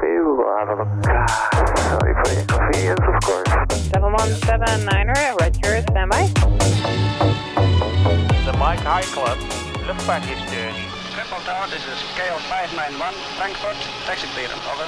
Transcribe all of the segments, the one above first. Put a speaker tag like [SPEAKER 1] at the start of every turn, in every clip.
[SPEAKER 1] son of a god. Sorry for your convenience, of course.
[SPEAKER 2] 7179er, Roger, standby.
[SPEAKER 3] The Mike High Club, luchtvaarthistorie.
[SPEAKER 4] Triple Tower, this is KL591, Frankfurt, taxi clearance, over.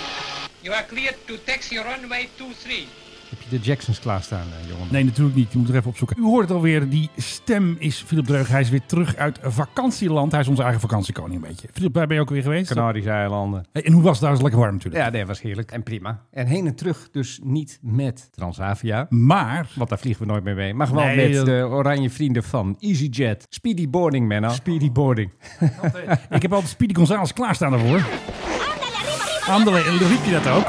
[SPEAKER 5] You are cleared to taxi runway 23.
[SPEAKER 6] Heb je de Jacksons klaarstaan, eh, jongen?
[SPEAKER 7] Nee, natuurlijk niet. Je moet er even opzoeken. U hoort het alweer. Die stem is Philip Dreug. Hij is weer terug uit vakantieland. Hij is onze eigen vakantiekoning een beetje. Philip, waar ben je ook weer geweest?
[SPEAKER 6] Canarische eilanden.
[SPEAKER 7] Hey, en hoe was het daar? Is lekker warm natuurlijk.
[SPEAKER 6] Ja, nee, was heerlijk en prima. En heen en terug dus niet met Transavia.
[SPEAKER 7] Maar
[SPEAKER 6] Want daar vliegen we nooit meer mee. Maar gewoon
[SPEAKER 7] Nee,
[SPEAKER 6] met
[SPEAKER 7] dat-
[SPEAKER 6] de oranje vrienden van EasyJet. Speedy boarding, man. Speedy boarding.
[SPEAKER 7] ik heb altijd Speedy Gonzales klaarstaan daarvoor. Andele, eh, riep je dat ook?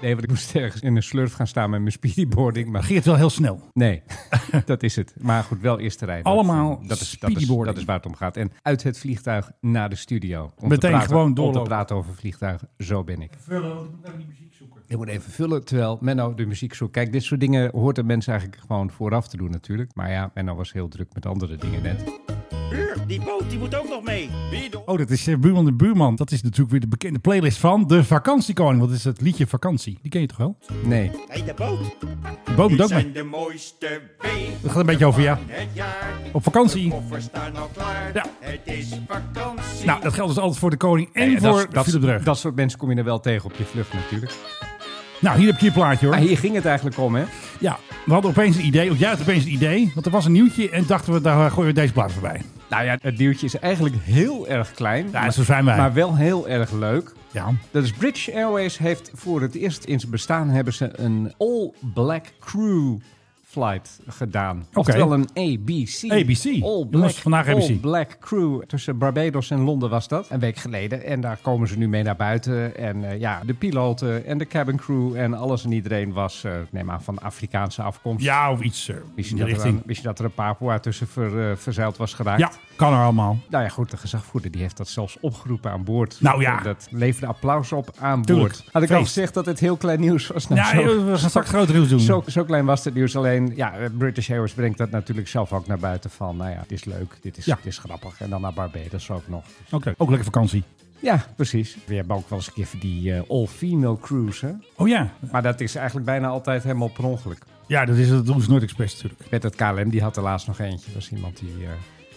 [SPEAKER 6] Nee, want ik moest ergens in een slurf gaan staan met mijn speedy boarding. Maar
[SPEAKER 7] Ging het wel heel snel.
[SPEAKER 6] Nee, dat is het. Maar goed, wel eerst te rijden.
[SPEAKER 7] Allemaal
[SPEAKER 6] dat, is, dat, is,
[SPEAKER 7] speedyboarding.
[SPEAKER 6] dat is waar het om gaat. En uit het vliegtuig naar de studio. Om te
[SPEAKER 7] Meteen
[SPEAKER 6] praten-
[SPEAKER 7] gewoon
[SPEAKER 6] Om
[SPEAKER 7] doorlopen.
[SPEAKER 6] te praten over vliegtuigen. Zo ben ik. Je moet even vullen terwijl Menno de muziek zoekt. Kijk, dit soort dingen hoort de mensen eigenlijk gewoon vooraf te doen natuurlijk. Maar ja, Menno was heel druk met andere dingen net.
[SPEAKER 8] Die boot die moet ook nog mee.
[SPEAKER 7] Oh, dat is eh, Buurman de Buurman. Dat is natuurlijk weer de bekende playlist van De Vakantiekoning. Want dat is het liedje Vakantie. Die ken je toch wel?
[SPEAKER 6] Nee,
[SPEAKER 8] Hey, de boot.
[SPEAKER 7] De boot moet ook mee.
[SPEAKER 8] zijn de mooiste wegen.
[SPEAKER 7] Dat gaat een beetje over ja.
[SPEAKER 8] Het jaar.
[SPEAKER 7] Op vakantie.
[SPEAKER 8] Koffers staan al klaar.
[SPEAKER 7] Ja.
[SPEAKER 8] Het is vakantie.
[SPEAKER 7] Nou, dat geldt dus altijd voor de koning en
[SPEAKER 6] Nee,
[SPEAKER 7] voor
[SPEAKER 6] Eh, dat,
[SPEAKER 7] Philip
[SPEAKER 6] dat,
[SPEAKER 7] Dreug.
[SPEAKER 6] dat soort mensen kom je er wel tegen op je vlucht natuurlijk.
[SPEAKER 7] Nou, hier heb je je plaatje hoor.
[SPEAKER 6] Maar Ah, hier ging het eigenlijk om, hè?
[SPEAKER 7] Ja, we hadden opeens een idee, of jij had opeens een idee, want er was een nieuwtje en dachten we, daar gooien we deze plaat voorbij.
[SPEAKER 6] Nou ja, het duwtje is eigenlijk heel erg klein.
[SPEAKER 7] Ja,
[SPEAKER 6] maar-
[SPEAKER 7] zo zijn wij.
[SPEAKER 6] Maar wel heel erg leuk.
[SPEAKER 7] Ja,
[SPEAKER 6] Dat is British Airways heeft voor het eerst in zijn bestaan hebben ze een all-black crew flight gedaan. Oftewel een ABC.
[SPEAKER 7] ABC.
[SPEAKER 6] All black,
[SPEAKER 7] Jongens, vandaag
[SPEAKER 6] all
[SPEAKER 7] ABC.
[SPEAKER 6] black crew. Tussen Barbados en Londen was dat. Een week geleden. En daar komen ze nu mee naar buiten. En eh, ja, de piloten en de cabin crew en alles en iedereen was, eh, neem aan, van Afrikaanse afkomst.
[SPEAKER 7] ja of iets eh,
[SPEAKER 6] Wist je,
[SPEAKER 7] in die
[SPEAKER 6] dat er,
[SPEAKER 7] richting.
[SPEAKER 6] een- wist je dat er een Papua tussen ver, eh, verzeild was geraakt?
[SPEAKER 7] Ja, kan er allemaal.
[SPEAKER 6] Nou ja, goed, de gezagvoerder die heeft dat zelfs opgeroepen aan boord.
[SPEAKER 7] Nou ja.
[SPEAKER 6] Dat leverde applaus op aan
[SPEAKER 7] Tuurlijk.
[SPEAKER 6] boord. Had ik al
[SPEAKER 7] Feest.
[SPEAKER 6] gezegd dat het heel klein nieuws was. Nou,
[SPEAKER 7] Ja,
[SPEAKER 6] zo,
[SPEAKER 7] we gaan straks groter nieuws doen.
[SPEAKER 6] zo, zo klein was het nieuws. Alleen, ja, eh, British Airways brengt dat natuurlijk zelf ook naar buiten van... Nou ja, dit is leuk, dit is,
[SPEAKER 7] Ja.
[SPEAKER 6] dit is grappig. En dan naar Barbados ook nog.
[SPEAKER 7] Oké, ook lekker vakantie.
[SPEAKER 6] Ja, precies. We hebben ook wel eens een keer van die eh, all-female cruise, hè?
[SPEAKER 7] Oh ja,
[SPEAKER 6] Maar dat is eigenlijk bijna altijd helemaal per ongeluk.
[SPEAKER 7] ja dat, is, dat doen ze nooit expres natuurlijk.
[SPEAKER 6] Met het KLM, die had er laatst nog eentje. Dat was iemand die... eh,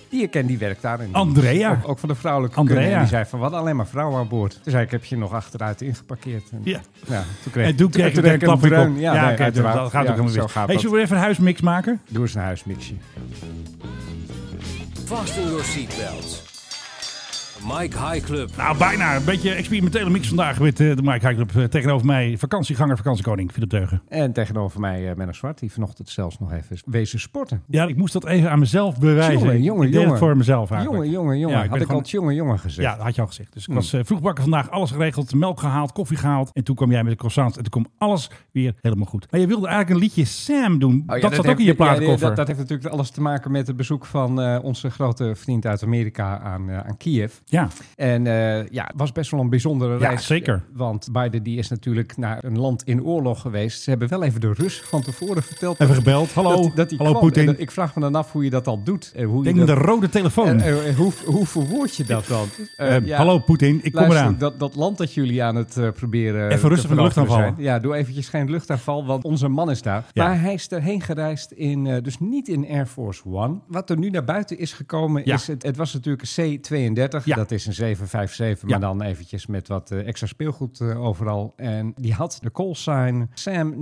[SPEAKER 6] die ik ken, die werkt daar. in.
[SPEAKER 7] Andrea.
[SPEAKER 6] Ook, ook van de vrouwelijke
[SPEAKER 7] Andrea.
[SPEAKER 6] kunnen. En die zei van, wat alleen maar vrouwen aan boord. Toen zei ik, heb je nog achteruit ingeparkeerd? En,
[SPEAKER 7] Ja.
[SPEAKER 6] ja, toen kreeg,
[SPEAKER 7] En toen kreeg
[SPEAKER 6] toen
[SPEAKER 7] ik weer een
[SPEAKER 6] kreeg ik
[SPEAKER 7] klap weer op.
[SPEAKER 6] dreun. Ja, nee,
[SPEAKER 7] oké, dat
[SPEAKER 6] uiteraard.
[SPEAKER 7] gaat ook
[SPEAKER 6] Ja,
[SPEAKER 7] helemaal
[SPEAKER 6] zo
[SPEAKER 7] weer.
[SPEAKER 6] gaat
[SPEAKER 7] Hey,
[SPEAKER 6] dat.
[SPEAKER 7] zullen we even een huismix maken?
[SPEAKER 6] Doe eens een huismixje.
[SPEAKER 9] Fasten your seatbelts. Mike High Club.
[SPEAKER 7] Nou, bijna. Een beetje experimentele mix vandaag met eh, de Mike High Club. Eh, tegenover mij vakantieganger, vakantiekoning, Philip Deugen.
[SPEAKER 6] En tegenover mij eh Menno Zwart, die vanochtend zelfs nog even is wezen sporten.
[SPEAKER 7] Ja, ik moest dat even aan mezelf bewijzen.
[SPEAKER 6] Jongen,
[SPEAKER 7] ik
[SPEAKER 6] jongen,
[SPEAKER 7] deed
[SPEAKER 6] jongen.
[SPEAKER 7] het voor mezelf eigenlijk.
[SPEAKER 6] Jongen, jongen, jongen.
[SPEAKER 7] Ja, ik
[SPEAKER 6] Had
[SPEAKER 7] ben
[SPEAKER 6] ik al Hmm.
[SPEAKER 7] gewoon-
[SPEAKER 6] het jongen, jongen gezegd. Oh,
[SPEAKER 7] Ja, dat had je al gezegd. Dus ik was eh, vroeg wakker vandaag, alles geregeld, melk gehaald, koffie gehaald. En toen kwam jij met de croissants en toen kwam alles weer helemaal goed. Maar je wilde eigenlijk een liedje Sam doen.
[SPEAKER 6] Oh ja,
[SPEAKER 7] dat, zat ook
[SPEAKER 6] heeft-
[SPEAKER 7] in je
[SPEAKER 6] ja, nee,
[SPEAKER 7] platenkoffer.
[SPEAKER 6] dat, dat heeft natuurlijk alles te maken met het bezoek van eh, onze grote vriend uit Amerika aan, eh, aan Kiev.
[SPEAKER 7] Ja,
[SPEAKER 6] En eh, ja, het was best wel een bijzondere
[SPEAKER 7] Ja,
[SPEAKER 6] reis.
[SPEAKER 7] zeker.
[SPEAKER 6] Want Biden die is natuurlijk naar een land in oorlog geweest. Ze hebben wel even de Russen van tevoren verteld.
[SPEAKER 7] even gebeld. Hallo,
[SPEAKER 6] dat, dat hij
[SPEAKER 7] hallo
[SPEAKER 6] kwam.
[SPEAKER 7] Poetin.
[SPEAKER 6] En dat- Ik vraag me dan af hoe je dat dan doet. En hoe je
[SPEAKER 7] Denk met de
[SPEAKER 6] dat-
[SPEAKER 7] rode telefoon.
[SPEAKER 6] en, eh, hoe, hoe verwoord je dat dan? Eh,
[SPEAKER 7] Eh,
[SPEAKER 6] ja,
[SPEAKER 7] Hallo Poetin, ik kom
[SPEAKER 6] luister,
[SPEAKER 7] eraan.
[SPEAKER 6] Dat, dat land dat jullie aan het eh, proberen.
[SPEAKER 7] Even
[SPEAKER 6] te
[SPEAKER 7] rustig met de
[SPEAKER 6] veroveren
[SPEAKER 7] luchtaanvallen.
[SPEAKER 6] zijn. Ja, doe eventjes geen luchtaanval, want onze man is daar.
[SPEAKER 7] Ja.
[SPEAKER 6] Maar hij is erheen gereisd in, eh, dus niet in Air Force One. Wat er nu naar buiten is gekomen,
[SPEAKER 7] Ja.
[SPEAKER 6] is het, het was natuurlijk een C-32.
[SPEAKER 7] Ja.
[SPEAKER 6] Dat is een 757,
[SPEAKER 7] Ja.
[SPEAKER 6] maar dan eventjes met wat eh, extra speelgoed eh, overal. En die had de callsign SAM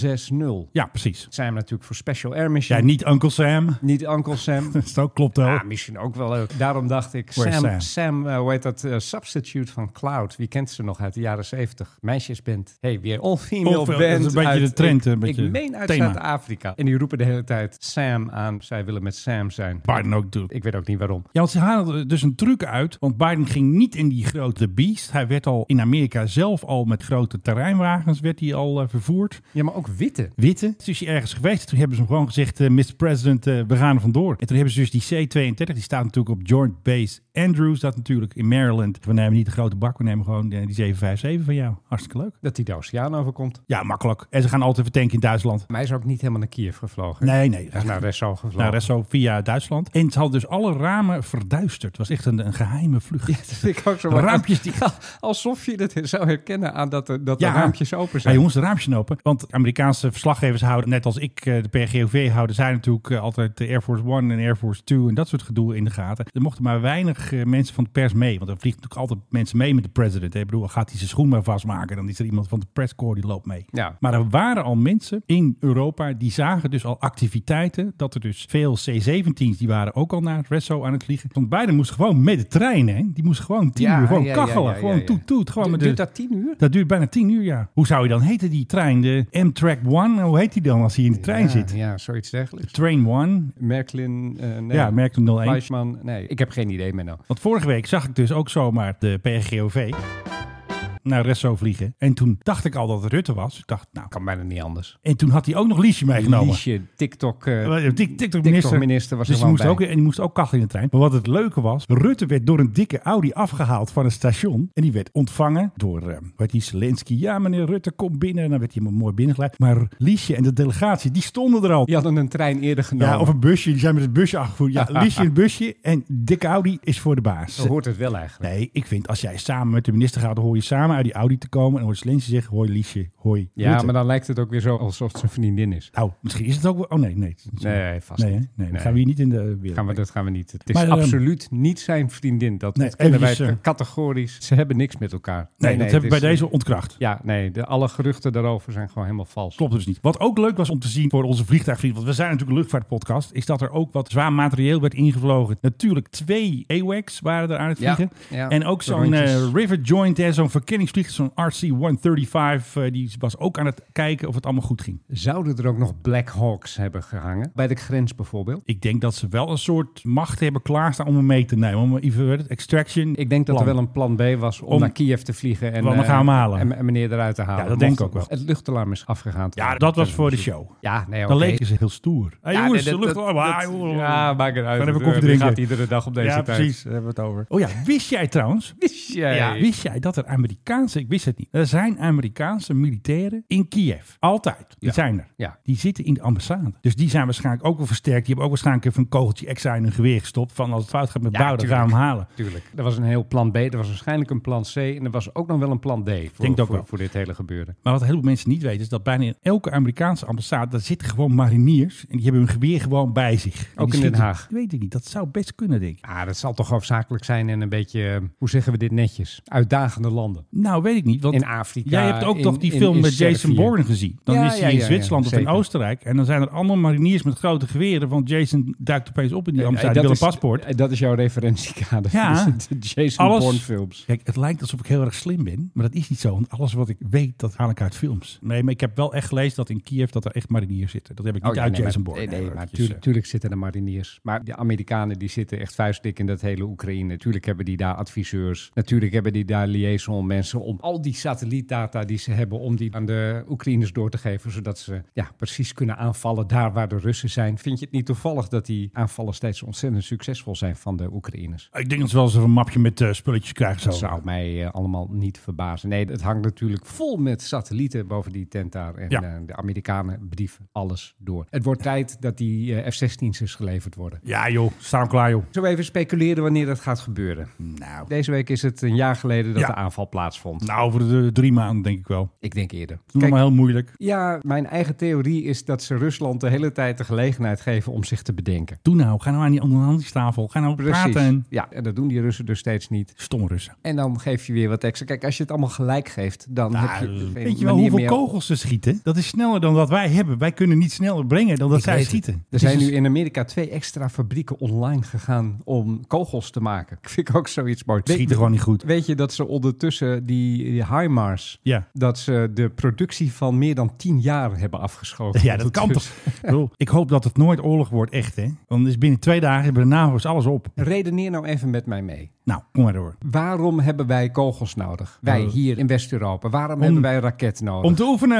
[SPEAKER 6] 060.
[SPEAKER 7] Ja, precies.
[SPEAKER 6] Sam natuurlijk voor Special Air Mission.
[SPEAKER 7] Ja, niet Uncle Sam.
[SPEAKER 6] niet Uncle Sam.
[SPEAKER 7] Dat is ook- klopt wel.
[SPEAKER 6] Ja, misschien ook wel leuk. Oh. Daarom dacht ik,
[SPEAKER 7] Where's
[SPEAKER 6] Sam,
[SPEAKER 7] Sam?
[SPEAKER 6] Sam? eh, hoe heet dat? eh, substitute van Cloud. Wie kent ze nog uit de jaren zeventig? Meisjesband. hey, weer all-female
[SPEAKER 7] All-female,
[SPEAKER 6] band.
[SPEAKER 7] dat is een beetje
[SPEAKER 6] uit-
[SPEAKER 7] de trend, een
[SPEAKER 6] ik,
[SPEAKER 7] beetje
[SPEAKER 6] Ik meen uit
[SPEAKER 7] thema.
[SPEAKER 6] Zuid-Afrika. En die roepen de hele tijd Sam aan. Zij willen met Sam zijn.
[SPEAKER 7] Biden ook natuurlijk.
[SPEAKER 6] Ik weet ook niet waarom.
[SPEAKER 7] Ja, want ze haalden dus een truc uit. Want Biden ging niet in die grote beast. Hij werd al in Amerika zelf al met grote terreinwagens werd hij al eh, vervoerd.
[SPEAKER 6] Ja, maar ook witte.
[SPEAKER 7] witte. Dus is hij ergens geweest. Toen hebben ze hem gewoon gezegd, eh, Mr. President, eh, we gaan er vandoor. En toen hebben ze dus die C-32, die staat natuurlijk op Joint Base Andrews dat natuurlijk in Maryland. We nemen niet de grote bak, we nemen gewoon eh, die 757 van jou. Hartstikke leuk.
[SPEAKER 6] Dat hij de oceaan overkomt.
[SPEAKER 7] Ja, makkelijk. En ze gaan altijd vertanken in Duitsland.
[SPEAKER 6] Maar hij is ook niet helemaal naar Kiev gevlogen.
[SPEAKER 7] Nee, nee.
[SPEAKER 6] Hij is naar Ressau gevlogen.
[SPEAKER 7] Naar zo via Duitsland. En het had dus alle ramen verduisterd. Het was echt een, een geheime vlucht.
[SPEAKER 6] Dat vind ik ook zo
[SPEAKER 7] De
[SPEAKER 6] mooi.
[SPEAKER 7] raampjes die-
[SPEAKER 6] Alsof je dat zou herkennen aan dat, er- dat
[SPEAKER 7] Ja.
[SPEAKER 6] de raampjes open
[SPEAKER 7] Ja,
[SPEAKER 6] zijn.
[SPEAKER 7] jongens, de raampjes open. Want Amerikaanse verslaggevers houden, net als ik, eh, de PGOV houden, zij natuurlijk eh, altijd de Air Force One en Air Force Two en dat soort gedoe in de gaten. Er mochten maar weinig eh, mensen van de pers mee. Want er vliegen natuurlijk altijd mensen mee met de president. hè. Ik bedoel, gaat hij zijn schoen maar vastmaken, dan is er iemand van de presscore die loopt mee.
[SPEAKER 6] Ja.
[SPEAKER 7] Maar er waren al mensen in Europa die zagen dus al activiteiten. Dat er dus veel C-17's, die waren ook al naar Resso aan het vliegen. Want beide moesten gewoon met de trein heen. Die moesten gewoon tien
[SPEAKER 6] Ja,
[SPEAKER 7] uur gewoon
[SPEAKER 6] ja, ja,
[SPEAKER 7] kachelen.
[SPEAKER 6] ja, ja,
[SPEAKER 7] gewoon
[SPEAKER 6] ja.
[SPEAKER 7] toet toet. Gewoon
[SPEAKER 6] Du-
[SPEAKER 7] met de-
[SPEAKER 6] Duurt dat tien uur?
[SPEAKER 7] dat duurt bijna tien uur, ja. Hoe zou je dan heten, die trein? De Amtrak One? Hoe heet die dan als hij in de trein
[SPEAKER 6] ja,
[SPEAKER 7] zit?
[SPEAKER 6] Ja, zoiets dergelijks.
[SPEAKER 7] Train One?
[SPEAKER 6] Merklin, eh, nee.
[SPEAKER 7] Ja, Merklin 01.
[SPEAKER 6] Fleischmann, nee. Ik heb geen idee meer nou.
[SPEAKER 7] Want vorige week zag ik dus ook zomaar de PGOV naar Resso vliegen. En toen dacht ik al dat het Rutte was. Ik dacht, nou...
[SPEAKER 6] Kan bijna niet anders.
[SPEAKER 7] En toen had hij ook nog Liesje meegenomen.
[SPEAKER 6] Liesje, TikTok. eh,
[SPEAKER 7] Eh, Tik- TikTok-minister.
[SPEAKER 6] TikTok-minister was
[SPEAKER 7] dus
[SPEAKER 6] er
[SPEAKER 7] die
[SPEAKER 6] gewoon
[SPEAKER 7] moest,
[SPEAKER 6] bij.
[SPEAKER 7] ook, en die moest ook kachelen in de trein. Maar wat het leuke was, Rutte werd door een dikke Audi afgehaald van het station. En die werd ontvangen door, eh, hoe heet die, Zelensky. Ja, meneer Rutte, kom binnen. En dan werd hij helemaal mooi binnengeleid. Maar Liesje en de delegatie, die stonden er al.
[SPEAKER 6] Die hadden een trein eerder genomen.
[SPEAKER 7] Ja, of een busje. Die zijn met het busje afgevoerd. Ja, Liesje in het busje. En dikke Audi is voor de baas.
[SPEAKER 6] Zo hoort het wel eigenlijk.
[SPEAKER 7] Nee, ik vind als jij samen met de minister gaat, dan hoor je samen uit die Audi te komen. En hoor je Zelensky zeggen, hoi Liesje, hoi
[SPEAKER 6] ja,
[SPEAKER 7] Rutte.
[SPEAKER 6] maar dan lijkt het ook weer zo alsof het zijn vriendin is.
[SPEAKER 7] Nou, misschien is het ook wel... Oh nee, nee.
[SPEAKER 6] Nee, vast
[SPEAKER 7] Nee, hè? nee,
[SPEAKER 6] niet.
[SPEAKER 7] dan
[SPEAKER 6] Nee.
[SPEAKER 7] gaan we hier niet in de wereld.
[SPEAKER 6] Gaan we, dat gaan we niet. Het is
[SPEAKER 7] Maar, ehm,
[SPEAKER 6] absoluut niet zijn vriendin. Dat
[SPEAKER 7] Nee,
[SPEAKER 6] kennen wij
[SPEAKER 7] eventjes, eh,
[SPEAKER 6] categorisch. Ze hebben niks met elkaar. Nee,
[SPEAKER 7] Nee, dat
[SPEAKER 6] het
[SPEAKER 7] hebben we bij
[SPEAKER 6] is- eh,
[SPEAKER 7] deze ontkracht.
[SPEAKER 6] Ja, nee, de, alle geruchten daarover zijn gewoon helemaal vals.
[SPEAKER 7] Klopt dus niet. Wat ook leuk was om te zien voor onze vliegtuigvrienden, want we zijn natuurlijk een luchtvaartpodcast, is dat er ook wat zwaar materieel werd ingevlogen. Natuurlijk twee AWACS waren er aan het
[SPEAKER 6] Ja,
[SPEAKER 7] vliegen.
[SPEAKER 6] ja.
[SPEAKER 7] en ook
[SPEAKER 6] De
[SPEAKER 7] zo'n
[SPEAKER 6] rondjes.
[SPEAKER 7] eh, River Joint, hè, zo'n verkenningsvlieg, zo'n RC-135, eh, die was ook aan het kijken of het allemaal goed ging.
[SPEAKER 6] Zouden er ook nog Black Hawks hebben gehangen? Bij de grens bijvoorbeeld?
[SPEAKER 7] Ik denk dat ze wel een soort macht hebben klaarstaan om hem mee te nemen. Om even weet het, extraction.
[SPEAKER 6] Ik denk dat
[SPEAKER 7] plan.
[SPEAKER 6] er wel een plan B was om,
[SPEAKER 7] Om-
[SPEAKER 6] naar Kiev te vliegen. En,
[SPEAKER 7] Want dan
[SPEAKER 6] eh,
[SPEAKER 7] gaan we hem halen.
[SPEAKER 6] En, en meneer eruit te halen.
[SPEAKER 7] Ja, dat
[SPEAKER 6] Mocht
[SPEAKER 7] denk ik ook wel.
[SPEAKER 6] Het luchtalarm is afgegaan.
[SPEAKER 7] Ja, dat was voor de show.
[SPEAKER 6] Ja, nee,
[SPEAKER 7] Dan
[SPEAKER 6] oké.
[SPEAKER 7] leken ze heel stoer. Hey,
[SPEAKER 6] Ja,
[SPEAKER 7] jongens,
[SPEAKER 6] nee,
[SPEAKER 7] de
[SPEAKER 6] dat-
[SPEAKER 7] lucht.
[SPEAKER 6] dat-
[SPEAKER 7] ah,
[SPEAKER 6] dat-
[SPEAKER 7] joh.
[SPEAKER 6] Ja, maak het uit.
[SPEAKER 7] Gaan
[SPEAKER 6] Het,
[SPEAKER 7] even koffie
[SPEAKER 6] eh, die
[SPEAKER 7] drinken.
[SPEAKER 6] gaat iedere dag op deze
[SPEAKER 7] ja,
[SPEAKER 6] tijd.
[SPEAKER 7] precies. Daar hebben we het over. Oh ja, wist jij trouwens
[SPEAKER 6] Wist jij?
[SPEAKER 7] Ja, wist jij dat er Amerikaanse, ik wist het niet, er zijn Amerikaanse militairen in Kiev. Altijd. Die
[SPEAKER 6] Ja.
[SPEAKER 7] zijn er.
[SPEAKER 6] Ja.
[SPEAKER 7] Die zitten in de ambassade. Dus die zijn waarschijnlijk ook wel versterkt. Die hebben ook waarschijnlijk even een kogeltje extra in hun geweer gestopt. Van als het fout gaat met
[SPEAKER 6] Ja,
[SPEAKER 7] bouwen, dan gaan we hem
[SPEAKER 6] tuurlijk.
[SPEAKER 7] halen.
[SPEAKER 6] Tuurlijk. Er was een heel plan B, er was waarschijnlijk een plan C en er was ook nog wel een plan D voor,
[SPEAKER 7] Denk dat
[SPEAKER 6] voor,
[SPEAKER 7] wel.
[SPEAKER 6] voor dit hele gebeuren.
[SPEAKER 7] Maar wat heel veel mensen niet weten, is dat bijna in elke Amerikaanse ambassade, daar zitten gewoon mariniers. En die hebben hun geweer gewoon bij zich. En
[SPEAKER 6] Ook
[SPEAKER 7] die
[SPEAKER 6] in Den
[SPEAKER 7] schieten-
[SPEAKER 6] Haag.
[SPEAKER 7] Weet ik niet. Dat zou best kunnen, denk ik.
[SPEAKER 6] Ah, dat zal toch hoofdzakelijk zijn en een beetje, eh, hoe zeggen we dit netjes, uitdagende landen.
[SPEAKER 7] Nou, weet ik niet. Want
[SPEAKER 6] In Afrika,
[SPEAKER 7] Jij hebt ook
[SPEAKER 6] in-
[SPEAKER 7] toch die
[SPEAKER 6] in-
[SPEAKER 7] film
[SPEAKER 6] in
[SPEAKER 7] met Jason
[SPEAKER 6] Servië.
[SPEAKER 7] Bourne gezien. Dan
[SPEAKER 6] Ja,
[SPEAKER 7] is hij
[SPEAKER 6] ja,
[SPEAKER 7] in
[SPEAKER 6] ja, ja,
[SPEAKER 7] Zwitserland of in
[SPEAKER 6] zeker.
[SPEAKER 7] Oostenrijk. En dan zijn er allemaal mariniers met grote geweren. Want Jason duikt opeens op in die
[SPEAKER 6] Eh,
[SPEAKER 7] Amsterdam.
[SPEAKER 6] dat
[SPEAKER 7] wil een
[SPEAKER 6] is-
[SPEAKER 7] paspoort.
[SPEAKER 6] eh, Dat is jouw referentiekader.
[SPEAKER 7] Ja.
[SPEAKER 6] Dat is de Jason
[SPEAKER 7] Alles-
[SPEAKER 6] Bourne films.
[SPEAKER 7] Kijk, het lijkt alsof ik heel erg slim ben. Maar dat is niet zo. Want alles wat ik weet, dat haal ik uit films. Nee, maar ik heb wel echt gelezen dat in Kiev dat er echt mariniers zitten. Dat heb ik niet
[SPEAKER 6] Oh ja,
[SPEAKER 7] uit
[SPEAKER 6] nee,
[SPEAKER 7] Jason
[SPEAKER 6] maar-
[SPEAKER 7] Bourne.
[SPEAKER 6] Nee, nee,
[SPEAKER 7] Eh,
[SPEAKER 6] maar
[SPEAKER 7] dat is,
[SPEAKER 6] tuurlijk, tuurlijk zitten de mariniers. Maar de Amerikanen die zitten echt vuistdik in dat hele Oekraïne. Tuurlijk hebben die daar adviseurs. Natuurlijk hebben die daar liaison mensen om al die satellietdata die ze hebben... om die aan de Oekraïners door te geven. Zodat ze ja, precies kunnen aanvallen daar waar de Russen zijn. Vind je het niet toevallig dat die aanvallen steeds ontzettend succesvol zijn van de Oekraïners?
[SPEAKER 7] eh, Ik denk dat ze wel eens een mapje met eh, spulletjes krijgen. Zo.
[SPEAKER 6] Dat zou mij eh, allemaal niet verbazen. Nee, het hangt natuurlijk vol met satellieten boven die tent daar. En
[SPEAKER 7] Ja.
[SPEAKER 6] eh, de Amerikanen brieven alles door. Het wordt tijd dat die eh, F-16's geleverd worden.
[SPEAKER 7] Ja joh, staan we klaar joh.
[SPEAKER 6] Zo even speculeren wanneer dat gaat gebeuren.
[SPEAKER 7] Nou,
[SPEAKER 6] Deze week is het een jaar geleden dat
[SPEAKER 7] Ja.
[SPEAKER 6] de aanval plaatsvond.
[SPEAKER 7] nou over de drie maanden denk ik wel.
[SPEAKER 6] Ik denk eerder.
[SPEAKER 7] Doe
[SPEAKER 6] Kijk,
[SPEAKER 7] nog maar heel moeilijk.
[SPEAKER 6] ja, mijn eigen theorie is dat ze Rusland de hele tijd de gelegenheid geven om zich te bedenken.
[SPEAKER 7] Doe nou, ga nou aan die onderhandelingstafel. Ga nou praten.
[SPEAKER 6] Ja, en dat doen die Russen dus steeds niet.
[SPEAKER 7] Stomme Russen.
[SPEAKER 6] En dan geef je weer wat extra. Kijk, als je het allemaal gelijk geeft, dan heb je... op een
[SPEAKER 7] Nou, Weet je wel
[SPEAKER 6] manier
[SPEAKER 7] hoeveel
[SPEAKER 6] meer-
[SPEAKER 7] kogels ze schieten? Dat is sneller dan wat wij hebben. Wij kunnen niet sneller brengen dan dat
[SPEAKER 6] Ik
[SPEAKER 7] zij
[SPEAKER 6] weet het.
[SPEAKER 7] schieten.
[SPEAKER 6] Er
[SPEAKER 7] Het
[SPEAKER 6] zijn
[SPEAKER 7] is
[SPEAKER 6] nu
[SPEAKER 7] een-
[SPEAKER 6] in Amerika twee extra fabrieken online gegaan om kogels te maken. Ik vind ook zoiets mooi.
[SPEAKER 7] Ze schieten
[SPEAKER 6] Weet-
[SPEAKER 7] gewoon niet goed.
[SPEAKER 6] Weet je dat ze ondertussen die, die HIMARS,
[SPEAKER 7] Ja.
[SPEAKER 6] dat ze de productie van meer dan tien jaar hebben afgeschoten?
[SPEAKER 7] Ja, dat kan toch?
[SPEAKER 6] Dus
[SPEAKER 7] Ik bedoel, Ik hoop dat het nooit oorlog wordt, echt hè. Want dan is binnen twee dagen hebben de NAVO's alles op.
[SPEAKER 6] Redeneer nou even met mij mee.
[SPEAKER 7] Nou, kom maar door.
[SPEAKER 6] Waarom hebben wij kogels nodig? Wij
[SPEAKER 7] Nou,
[SPEAKER 6] hier in West-Europa. Waarom hebben wij raket nodig?
[SPEAKER 7] Om te oefenen.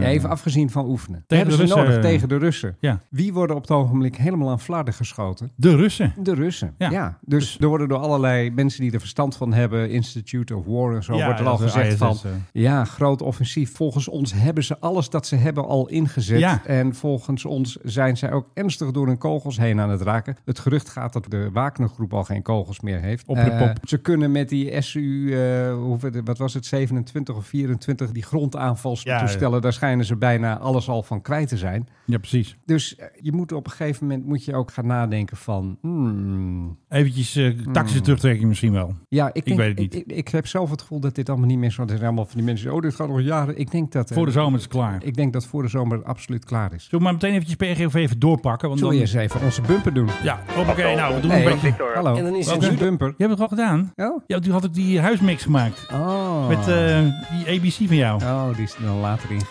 [SPEAKER 6] Ja, even afgezien van oefenen.
[SPEAKER 7] de
[SPEAKER 6] hebben ze
[SPEAKER 7] Russen. eh,
[SPEAKER 6] nodig tegen de Russen.
[SPEAKER 7] Ja.
[SPEAKER 6] Wie worden op het ogenblik helemaal aan flarden geschoten?
[SPEAKER 7] De Russen.
[SPEAKER 6] De Russen.
[SPEAKER 7] Ja.
[SPEAKER 6] Ja. Dus, er worden door allerlei mensen die er verstand van hebben, Institute of War en zo,
[SPEAKER 7] Ja,
[SPEAKER 6] wordt er al
[SPEAKER 7] dat is
[SPEAKER 6] gezegd
[SPEAKER 7] ISS,
[SPEAKER 6] van,
[SPEAKER 7] eh.
[SPEAKER 6] ja, groot offensief. Volgens ons hebben ze alles dat ze hebben al ingezet.
[SPEAKER 7] Ja.
[SPEAKER 6] En volgens ons zijn zij ook ernstig door hun kogels heen aan het raken. Het gerucht gaat dat de Wagnergroep al geen kogels meer heeft.
[SPEAKER 7] Op de
[SPEAKER 6] Eh,
[SPEAKER 7] pop.
[SPEAKER 6] Ze kunnen met die SU, eh, hoeveel, wat was het, 27 of 24, die grondaanvalstoestellen, daar schijnen ze bijna alles al van kwijt te zijn.
[SPEAKER 7] Ja, precies.
[SPEAKER 6] Dus eh, je moet op een gegeven moment moet je ook gaan nadenken van. hmm,
[SPEAKER 7] Eventjes eh tactische terugtrekking misschien wel.
[SPEAKER 6] ja, ik, denk-
[SPEAKER 7] weet het niet.
[SPEAKER 6] Ik, ik- ik heb zelf het gevoel dat dit allemaal niet meer zo. Er zijn allemaal van die mensen. die, Oh, dit gaat nog jaren. Ik denk dat. eh,
[SPEAKER 7] Voor de zomer is het klaar.
[SPEAKER 6] Ik denk dat voor de zomer het absoluut klaar is.
[SPEAKER 7] Zullen we maar meteen eventjes PRGOV even doorpakken? Want
[SPEAKER 6] Zul je
[SPEAKER 7] dan-
[SPEAKER 6] eens even onze bumper doen?
[SPEAKER 7] Ja, oké. nou, we doen
[SPEAKER 6] Oh, Nee,
[SPEAKER 7] een beetje... Je
[SPEAKER 6] hallo.
[SPEAKER 9] En dan is
[SPEAKER 6] Welke
[SPEAKER 9] het nu-
[SPEAKER 6] bumper?
[SPEAKER 7] hebt het al gedaan?
[SPEAKER 6] Oh.
[SPEAKER 7] Ja, toen had ik die huismix gemaakt.
[SPEAKER 6] Oh.
[SPEAKER 7] Met eh, die ABC van jou.
[SPEAKER 6] Oh, die is er dan later inge.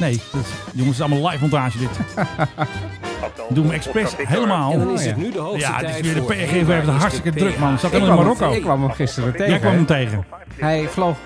[SPEAKER 7] Nee, dat is, jongens, het is allemaal live montage dit. Doen we expres
[SPEAKER 9] En
[SPEAKER 7] helemaal.
[SPEAKER 9] dan is
[SPEAKER 6] Oh,
[SPEAKER 9] het
[SPEAKER 6] ja.
[SPEAKER 9] nu de hoogste
[SPEAKER 7] Ja, dit
[SPEAKER 9] tijd
[SPEAKER 7] is weer de
[SPEAKER 9] voor
[SPEAKER 7] PRG heeft het
[SPEAKER 9] Eenmaal
[SPEAKER 7] hartstikke
[SPEAKER 9] is de
[SPEAKER 7] druk, man.
[SPEAKER 9] PA.
[SPEAKER 7] Zat
[SPEAKER 9] Ik
[SPEAKER 7] helemaal in
[SPEAKER 9] kwam-
[SPEAKER 7] Marokko.
[SPEAKER 6] Ik kwam hem gisteren tegen.
[SPEAKER 7] Jij kwam
[SPEAKER 6] hè.
[SPEAKER 7] hem tegen.
[SPEAKER 6] Hij vloog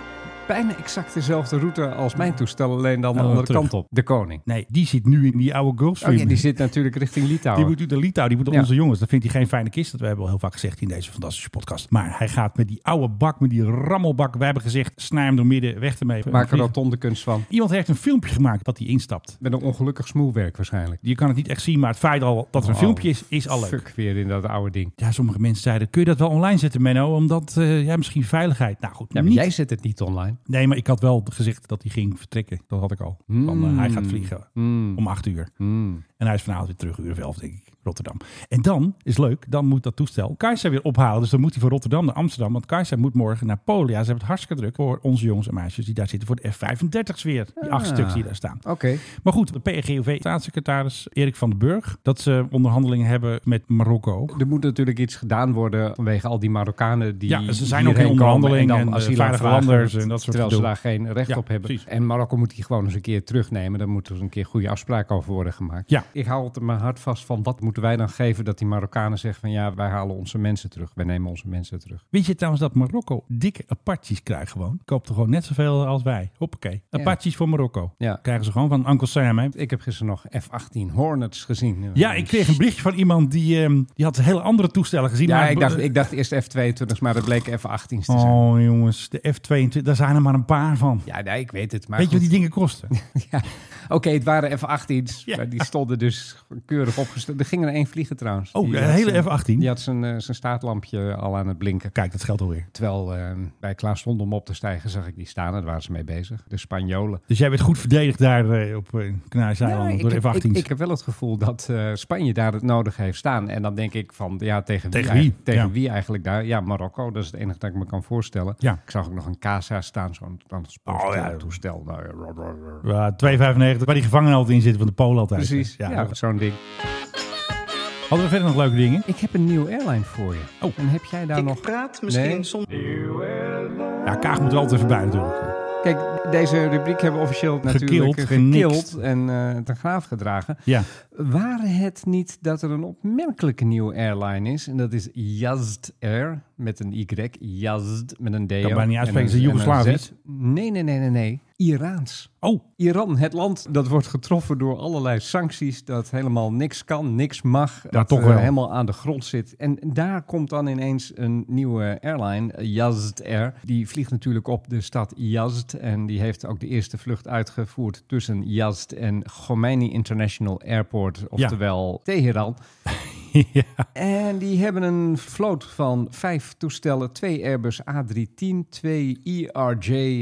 [SPEAKER 6] bijna exact dezelfde route als mijn toestel, alleen dan de
[SPEAKER 7] Oh,
[SPEAKER 6] andere
[SPEAKER 7] terug.
[SPEAKER 6] kant op. De koning.
[SPEAKER 7] Nee, die zit nu in die oude
[SPEAKER 6] Oh,
[SPEAKER 7] Gulfstream.
[SPEAKER 6] ja, die zit natuurlijk richting
[SPEAKER 7] Die
[SPEAKER 6] Litouwen.
[SPEAKER 7] moet nu de Litouw, die moet
[SPEAKER 6] Ja.
[SPEAKER 7] onze jongens. Dat vindt hij geen fijne kist. Dat hebben we al heel vaak gezegd in deze fantastische podcast. Maar hij gaat met die oude bak, met die rammelbak. We hebben gezegd, snij hem door midden, weg ermee.
[SPEAKER 6] Maak er rotonde kunst van.
[SPEAKER 7] Iemand heeft een filmpje gemaakt dat hij instapt.
[SPEAKER 6] Met een ongelukkig smoelwerk waarschijnlijk.
[SPEAKER 7] Je kan het niet echt zien, maar het feit al dat er een
[SPEAKER 6] Oh,
[SPEAKER 7] filmpje is, is al leuk.
[SPEAKER 6] Fuck weer in dat oude ding.
[SPEAKER 7] Ja, sommige mensen zeiden, kun je dat wel online zetten, Menno? Omdat, eh, ja, misschien veiligheid. Nou goed,
[SPEAKER 6] Ja, maar
[SPEAKER 7] niet.
[SPEAKER 6] jij zet het niet online.
[SPEAKER 7] Nee, maar ik had wel gezegd dat hij ging vertrekken. Dat had ik al. Van,
[SPEAKER 6] Hmm.
[SPEAKER 7] eh, hij gaat vliegen om acht uur. En hij is vanavond weer terug, uur of elf, denk ik, Rotterdam. En dan, is leuk, dan moet dat toestel Kaiser weer ophalen. Dus dan moet hij van Rotterdam naar Amsterdam. Want Kaiser moet morgen naar Polen. Ja, ze hebben het hartstikke druk voor onze jongens en meisjes die daar zitten voor de F-35's weer. Die
[SPEAKER 6] Ah.
[SPEAKER 7] acht stuks die daar staan.
[SPEAKER 6] Oké.
[SPEAKER 7] Maar goed, de PRGOV-staatssecretaris Erik van den Burg, dat ze onderhandelingen hebben met Marokko.
[SPEAKER 6] Er moet natuurlijk iets gedaan worden vanwege al die Marokkanen die
[SPEAKER 7] Ja, ze zijn
[SPEAKER 6] hierheen
[SPEAKER 7] ook in
[SPEAKER 6] komen
[SPEAKER 7] onderhandeling
[SPEAKER 6] en
[SPEAKER 7] en,
[SPEAKER 6] dan
[SPEAKER 7] eh,
[SPEAKER 6] asiel
[SPEAKER 7] veilige
[SPEAKER 6] aanvragen,
[SPEAKER 7] landers en dat soort
[SPEAKER 6] Terwijl ze
[SPEAKER 7] gedoe.
[SPEAKER 6] daar geen recht
[SPEAKER 7] Ja,
[SPEAKER 6] op hebben.
[SPEAKER 7] precies.
[SPEAKER 6] En Marokko moet die gewoon eens een keer terugnemen. Daar moeten er een keer goede afspraken over worden gemaakt.
[SPEAKER 7] Ja.
[SPEAKER 6] Ik hou altijd mijn hart vast van wat moeten wij dan geven dat die Marokkanen zeggen van ja, wij halen onze mensen terug. Wij nemen onze mensen terug.
[SPEAKER 7] Weet je trouwens dat Marokko dikke Apaches krijgt gewoon? Koopt er gewoon net zoveel als wij. Hoppakee. Apaches voor Marokko.
[SPEAKER 6] Ja.
[SPEAKER 7] Krijgen ze gewoon van Uncle Sam, hè?
[SPEAKER 6] Ik heb gisteren nog F-18 Hornets gezien.
[SPEAKER 7] Ja, ik kreeg een berichtje van iemand die, ehm, die had hele andere toestellen gezien.
[SPEAKER 6] Ja,
[SPEAKER 7] maar-
[SPEAKER 6] ik dacht, ik dacht eerst F-22's, maar dat bleek F-18's te zijn.
[SPEAKER 7] Oh jongens, de F-22, daar zijn er maar een paar van.
[SPEAKER 6] Ja, nee, ik weet het. Maar
[SPEAKER 7] Weet je
[SPEAKER 6] goed.
[SPEAKER 7] wat die dingen kosten?
[SPEAKER 6] Ja. Oké, het waren F-18's.
[SPEAKER 7] Ja.
[SPEAKER 6] maar Die stonden dus keurig opgesteld. Er ging er één vliegen trouwens.
[SPEAKER 7] Oh,
[SPEAKER 6] Die
[SPEAKER 7] een
[SPEAKER 6] had
[SPEAKER 7] hele
[SPEAKER 6] zijn-
[SPEAKER 7] F-18.
[SPEAKER 6] Die had zijn, eh, zijn staartlampje al aan het blinken.
[SPEAKER 7] Kijk, dat geldt alweer.
[SPEAKER 6] Terwijl eh, wij klaar stonden om op te stijgen, zag ik die staan. Daar waren ze mee bezig. De Spanjolen.
[SPEAKER 7] Dus jij werd goed verdedigd daar eh, op eh, Canarische
[SPEAKER 6] Nou,
[SPEAKER 7] eilanden
[SPEAKER 6] ik,
[SPEAKER 7] door de
[SPEAKER 6] heb, ik,
[SPEAKER 7] F-18's.
[SPEAKER 6] ik heb wel het gevoel dat eh, Spanje daar het nodig heeft staan. En dan denk ik van, ja, tegen,
[SPEAKER 7] Tegen
[SPEAKER 6] wie,
[SPEAKER 7] wie?
[SPEAKER 6] eigenlijk- tegen
[SPEAKER 7] Ja.
[SPEAKER 6] wie eigenlijk daar? Ja, Marokko, dat is het enige dat ik me kan voorstellen.
[SPEAKER 7] Ja. Oh,
[SPEAKER 6] Ik zag ook nog een Casa staan, zo'n transporttoestel. Nou, ja, rrr, rrr, rrr.
[SPEAKER 7] Ja, 2,95, waar die gevangenen altijd in zitten van de Polen altijd.
[SPEAKER 6] Precies,
[SPEAKER 7] Ja,
[SPEAKER 6] ja, zo'n ding.
[SPEAKER 7] Hadden we verder nog leuke dingen?
[SPEAKER 6] Ik heb een nieuwe airline voor je.
[SPEAKER 7] Oh.
[SPEAKER 6] En heb jij daar nog...
[SPEAKER 8] praat
[SPEAKER 6] Nee.
[SPEAKER 8] soms.
[SPEAKER 7] Ja, Kaag moet wel altijd even bij natuurlijk.
[SPEAKER 6] Kijk, deze rubriek hebben we officieel natuurlijk
[SPEAKER 7] Gekild,
[SPEAKER 6] eh,
[SPEAKER 7] genikt.
[SPEAKER 6] gekild en eh ten graaf gedragen.
[SPEAKER 7] Ja.
[SPEAKER 6] Waren het niet dat er een opmerkelijke nieuwe airline is? En dat is Yazd Air met een Y, Yazd met een D.
[SPEAKER 7] Kan bijna niet uitspreken,
[SPEAKER 6] en een-
[SPEAKER 7] is het
[SPEAKER 6] en een
[SPEAKER 7] Joegoslavisch?
[SPEAKER 6] Z. Nee, nee, nee, nee, nee. Iraans.
[SPEAKER 7] Oh,
[SPEAKER 6] Iran, het land dat wordt getroffen door allerlei sancties, dat helemaal niks kan, niks mag, dat
[SPEAKER 7] toch
[SPEAKER 6] eh,
[SPEAKER 7] wel.
[SPEAKER 6] helemaal aan de grond zit. En daar komt dan ineens een nieuwe airline, eh, Yazd Air. Die vliegt natuurlijk op de stad Yazd en die heeft ook de eerste vlucht uitgevoerd tussen Yazd en Khomeini International Airport, oftewel Teheran.
[SPEAKER 7] ja.
[SPEAKER 6] En die hebben een vloot van vijf toestellen. Twee Airbus A310, twee E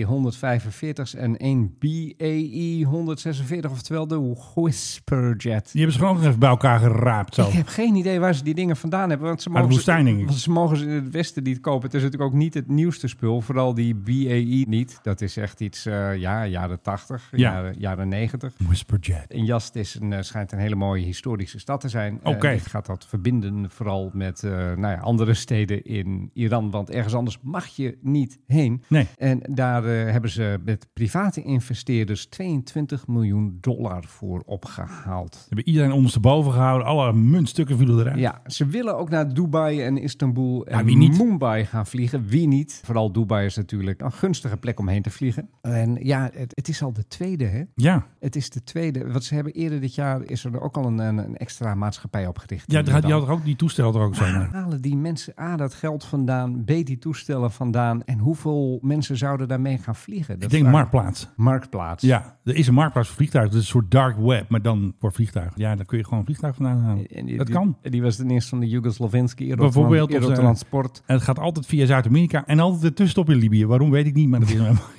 [SPEAKER 6] ERJ-145's en één BAE-146. Oftewel de Whisperjet.
[SPEAKER 7] Die hebben ze gewoon nog even bij elkaar geraapt zo.
[SPEAKER 6] Ik heb geen idee waar ze die dingen vandaan hebben. Want ze
[SPEAKER 7] Uit de
[SPEAKER 6] mogen,
[SPEAKER 7] woestijn, denk ik.
[SPEAKER 6] ze, want ze mogen ze in het westen niet kopen. Het is natuurlijk ook niet het nieuwste spul. Vooral die BAE niet. Dat is echt iets, eh, ja, jaren 80,
[SPEAKER 7] Ja.
[SPEAKER 6] jaren, jaren 90.
[SPEAKER 7] Whisperjet.
[SPEAKER 6] En Jast is een, eh, schijnt een hele mooie historische stad te zijn.
[SPEAKER 7] Oké.
[SPEAKER 6] Eh, dit gaat dan gaat verbinden, vooral met eh, nou ja, andere steden in Iran. Want ergens anders mag je niet heen.
[SPEAKER 7] Nee.
[SPEAKER 6] En daar eh, hebben ze met private investeerders 22 miljoen dollar voor opgehaald.
[SPEAKER 7] hebben iedereen ondersteboven gehouden. Alle muntstukken vielen eruit.
[SPEAKER 6] Ja, ze willen ook naar Dubai en Istanbul en
[SPEAKER 7] Ja, wie niet?
[SPEAKER 6] Mumbai gaan vliegen. Wie niet? Vooral Dubai is natuurlijk een gunstige plek om heen te vliegen. En ja, het, het is al de tweede, hè?
[SPEAKER 7] Ja,
[SPEAKER 6] Het is de tweede. Wat ze hebben eerder dit jaar is er ook al een, een, een extra maatschappij opgericht.
[SPEAKER 7] ja
[SPEAKER 6] in
[SPEAKER 7] die had, die
[SPEAKER 6] Iran.
[SPEAKER 7] had er ook die toestel er ook zo.
[SPEAKER 6] Waar halen die mensen A dat geld vandaan, B die toestellen vandaan en hoeveel mensen zouden daarmee gaan vliegen?
[SPEAKER 7] Ik
[SPEAKER 6] Dat
[SPEAKER 7] denk
[SPEAKER 6] vraag-
[SPEAKER 7] Marktplaats.
[SPEAKER 6] Marktplaats.
[SPEAKER 7] Ja, er is een marktplaats voor vliegtuigen. Dat is een soort dark web, maar dan voor vliegtuigen. Ja, daar kun je gewoon een vliegtuig vandaan halen.
[SPEAKER 6] En die-
[SPEAKER 7] dat
[SPEAKER 6] die-
[SPEAKER 7] kan.
[SPEAKER 6] Die was de eerste van de Joegoslavinski
[SPEAKER 7] Bijvoorbeeld eh,
[SPEAKER 6] Bijvoorbeeld
[SPEAKER 7] op de-
[SPEAKER 6] Aerotransport.
[SPEAKER 7] En het gaat altijd via Zuid-Amerika en altijd de tussenstop in Libië. Waarom weet ik niet, maar dat is nou helemaal...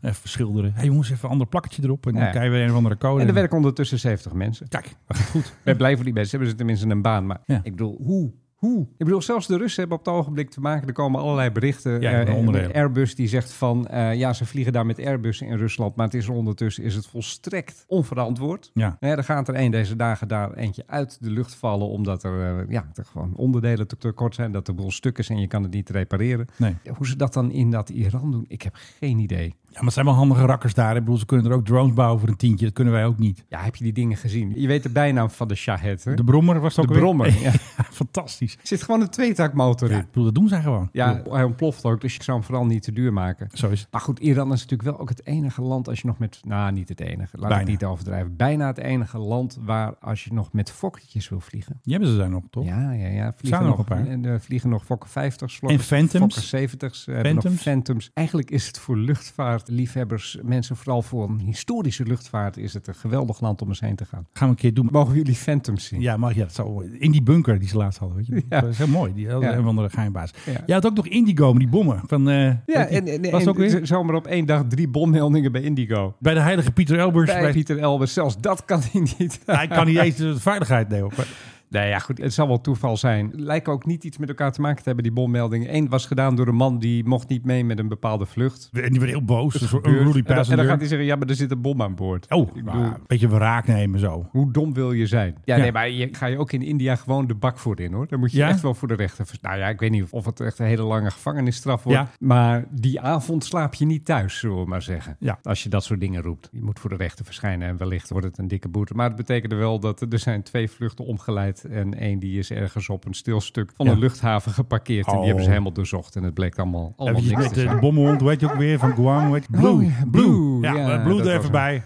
[SPEAKER 7] Even schilderen. hey jongens, even een ander plakketje erop. En dan
[SPEAKER 6] Ja.
[SPEAKER 7] krijgen we een of andere code.
[SPEAKER 6] En er
[SPEAKER 7] En-
[SPEAKER 6] werken ondertussen 70 mensen.
[SPEAKER 7] Kijk, dat gaat goed.
[SPEAKER 6] Wij blijven die mensen, hebben ze tenminste een baan. Maar
[SPEAKER 7] Ja.
[SPEAKER 6] ik bedoel, hoe? Hoe? Ik bedoel, zelfs de Russen hebben op het ogenblik te maken. Er komen allerlei berichten.
[SPEAKER 7] Ja,
[SPEAKER 6] Eh,
[SPEAKER 7] onderdelen.
[SPEAKER 6] eh, Airbus die zegt van, eh, ja, ze vliegen daar met Airbus in Rusland. Maar het is er ondertussen is het volstrekt onverantwoord.
[SPEAKER 7] Ja.
[SPEAKER 6] Nou ja, er gaat er een deze dagen daar eentje uit de lucht vallen. Omdat er, eh, ja, er gewoon onderdelen te tekort zijn. Dat de boel stuk is en je kan het niet repareren.
[SPEAKER 7] Nee.
[SPEAKER 6] Ja, Hoe ze dat dan in dat Iran doen, ik heb geen idee.
[SPEAKER 7] Ja, maar het zijn wel handige rakkers daar. Ik bedoel, ze kunnen er ook drones bouwen voor een tientje. Dat kunnen wij ook niet.
[SPEAKER 6] Ja, heb je die dingen gezien? Je weet de bijnaam van de Shahed, hè?
[SPEAKER 7] De brommer was dat
[SPEAKER 6] De
[SPEAKER 7] ook weer?
[SPEAKER 6] brommer, ja.
[SPEAKER 7] Fantastisch.
[SPEAKER 6] Er zit gewoon een tweetakmotor
[SPEAKER 7] Ja,
[SPEAKER 6] in.
[SPEAKER 7] ik bedoel, dat doen zij gewoon. Ik
[SPEAKER 6] Ja,
[SPEAKER 7] bedoel,
[SPEAKER 6] hij ontploft ook, dus je zou hem vooral niet te duur maken.
[SPEAKER 7] Zo is het.
[SPEAKER 6] Maar goed, Iran is natuurlijk wel ook het enige land als je nog met... Nou, niet het enige, laat
[SPEAKER 7] Bijna.
[SPEAKER 6] ik niet overdrijven. Bijna het enige land waar als je nog met fokkertjes wil vliegen.
[SPEAKER 7] Die hebben ze daar nog, toch?
[SPEAKER 6] Ja, ja, ja. Vliegen
[SPEAKER 7] Zijn er nog een paar?
[SPEAKER 6] En, eh, vliegen nog Fokker 50's.
[SPEAKER 7] En Phantoms?
[SPEAKER 6] Fokker 70's. eh, hebben
[SPEAKER 7] Phantoms?
[SPEAKER 6] Nog Phantoms. Eigenlijk is het voor luchtvaartliefhebbers, mensen vooral voor een historische luchtvaart, is het een geweldig land om eens heen te gaan.
[SPEAKER 7] Gaan we een keer doen.
[SPEAKER 6] Mogen jullie Phantoms zien?
[SPEAKER 7] Ja, mag ja, dat zou- in die bunker die ze laatst hadden. Weet je?
[SPEAKER 6] Ja.
[SPEAKER 7] Dat is heel mooi. Die hadden
[SPEAKER 6] Ja.
[SPEAKER 7] een of andere geheimbaas.
[SPEAKER 6] Ja.
[SPEAKER 7] Je had ook nog Indigo, met die bommen. Van, eh,
[SPEAKER 6] Ja,
[SPEAKER 7] weet je,
[SPEAKER 6] en, en,
[SPEAKER 7] was het ook
[SPEAKER 6] en
[SPEAKER 7] weer?
[SPEAKER 6] zomaar op één dag drie bommeldingen bij Indigo.
[SPEAKER 7] Bij de heilige Pieter Elbers.
[SPEAKER 6] Bij
[SPEAKER 7] bij-
[SPEAKER 6] Pieter Elbers, zelfs dat kan hij niet.
[SPEAKER 7] Ja, Hij kan niet eens de veiligheid nemen. Maar-
[SPEAKER 6] Nou ja, goed, het zal wel toeval zijn. Lijken ook niet iets met elkaar te maken te hebben, die bommeldingen. Eén was gedaan door een man die mocht niet mee met een bepaalde vlucht.
[SPEAKER 7] En die werd heel boos. Een soort
[SPEAKER 6] En dan-
[SPEAKER 7] unruly
[SPEAKER 6] en, dan,
[SPEAKER 7] passenger.
[SPEAKER 6] gaat hij zeggen, ja, maar er zit een bom aan boord.
[SPEAKER 7] Oh,
[SPEAKER 6] Ik
[SPEAKER 7] maar
[SPEAKER 6] bedoel,
[SPEAKER 7] een beetje wraak nemen zo.
[SPEAKER 6] hoe dom wil je zijn? Ja,
[SPEAKER 7] Ja.
[SPEAKER 6] nee, maar je, ga je ook in India gewoon de bak voor in, hoor. Dan moet je
[SPEAKER 7] Ja?
[SPEAKER 6] echt wel voor de rechter... vers- Nou ja, ik weet niet of het echt een hele lange gevangenisstraf wordt.
[SPEAKER 7] Ja.
[SPEAKER 6] Maar die avond slaap je niet thuis, zullen we maar zeggen.
[SPEAKER 7] Ja.
[SPEAKER 6] Als je dat soort dingen roept. Je moet voor de rechter verschijnen en wellicht wordt het een dikke boete. Maar het betekende wel dat er- er zijn twee vluchten omgeleid... en één die is ergens op een stil stuk van
[SPEAKER 7] Ja.
[SPEAKER 6] een luchthaven geparkeerd. En
[SPEAKER 7] Oh.
[SPEAKER 6] die hebben ze helemaal doorzocht en het bleek allemaal, allemaal
[SPEAKER 7] Even
[SPEAKER 6] niks
[SPEAKER 7] met
[SPEAKER 6] te
[SPEAKER 7] eh, de, de
[SPEAKER 6] zijn.
[SPEAKER 7] bommenhond, weet je ook weer, van Guam. Weet je, Blue,
[SPEAKER 6] Oh, ja,
[SPEAKER 7] Blue.
[SPEAKER 6] Blue,
[SPEAKER 7] Ja,
[SPEAKER 6] ja,
[SPEAKER 7] eh, Blue
[SPEAKER 6] dat
[SPEAKER 7] er
[SPEAKER 6] was
[SPEAKER 7] even bij.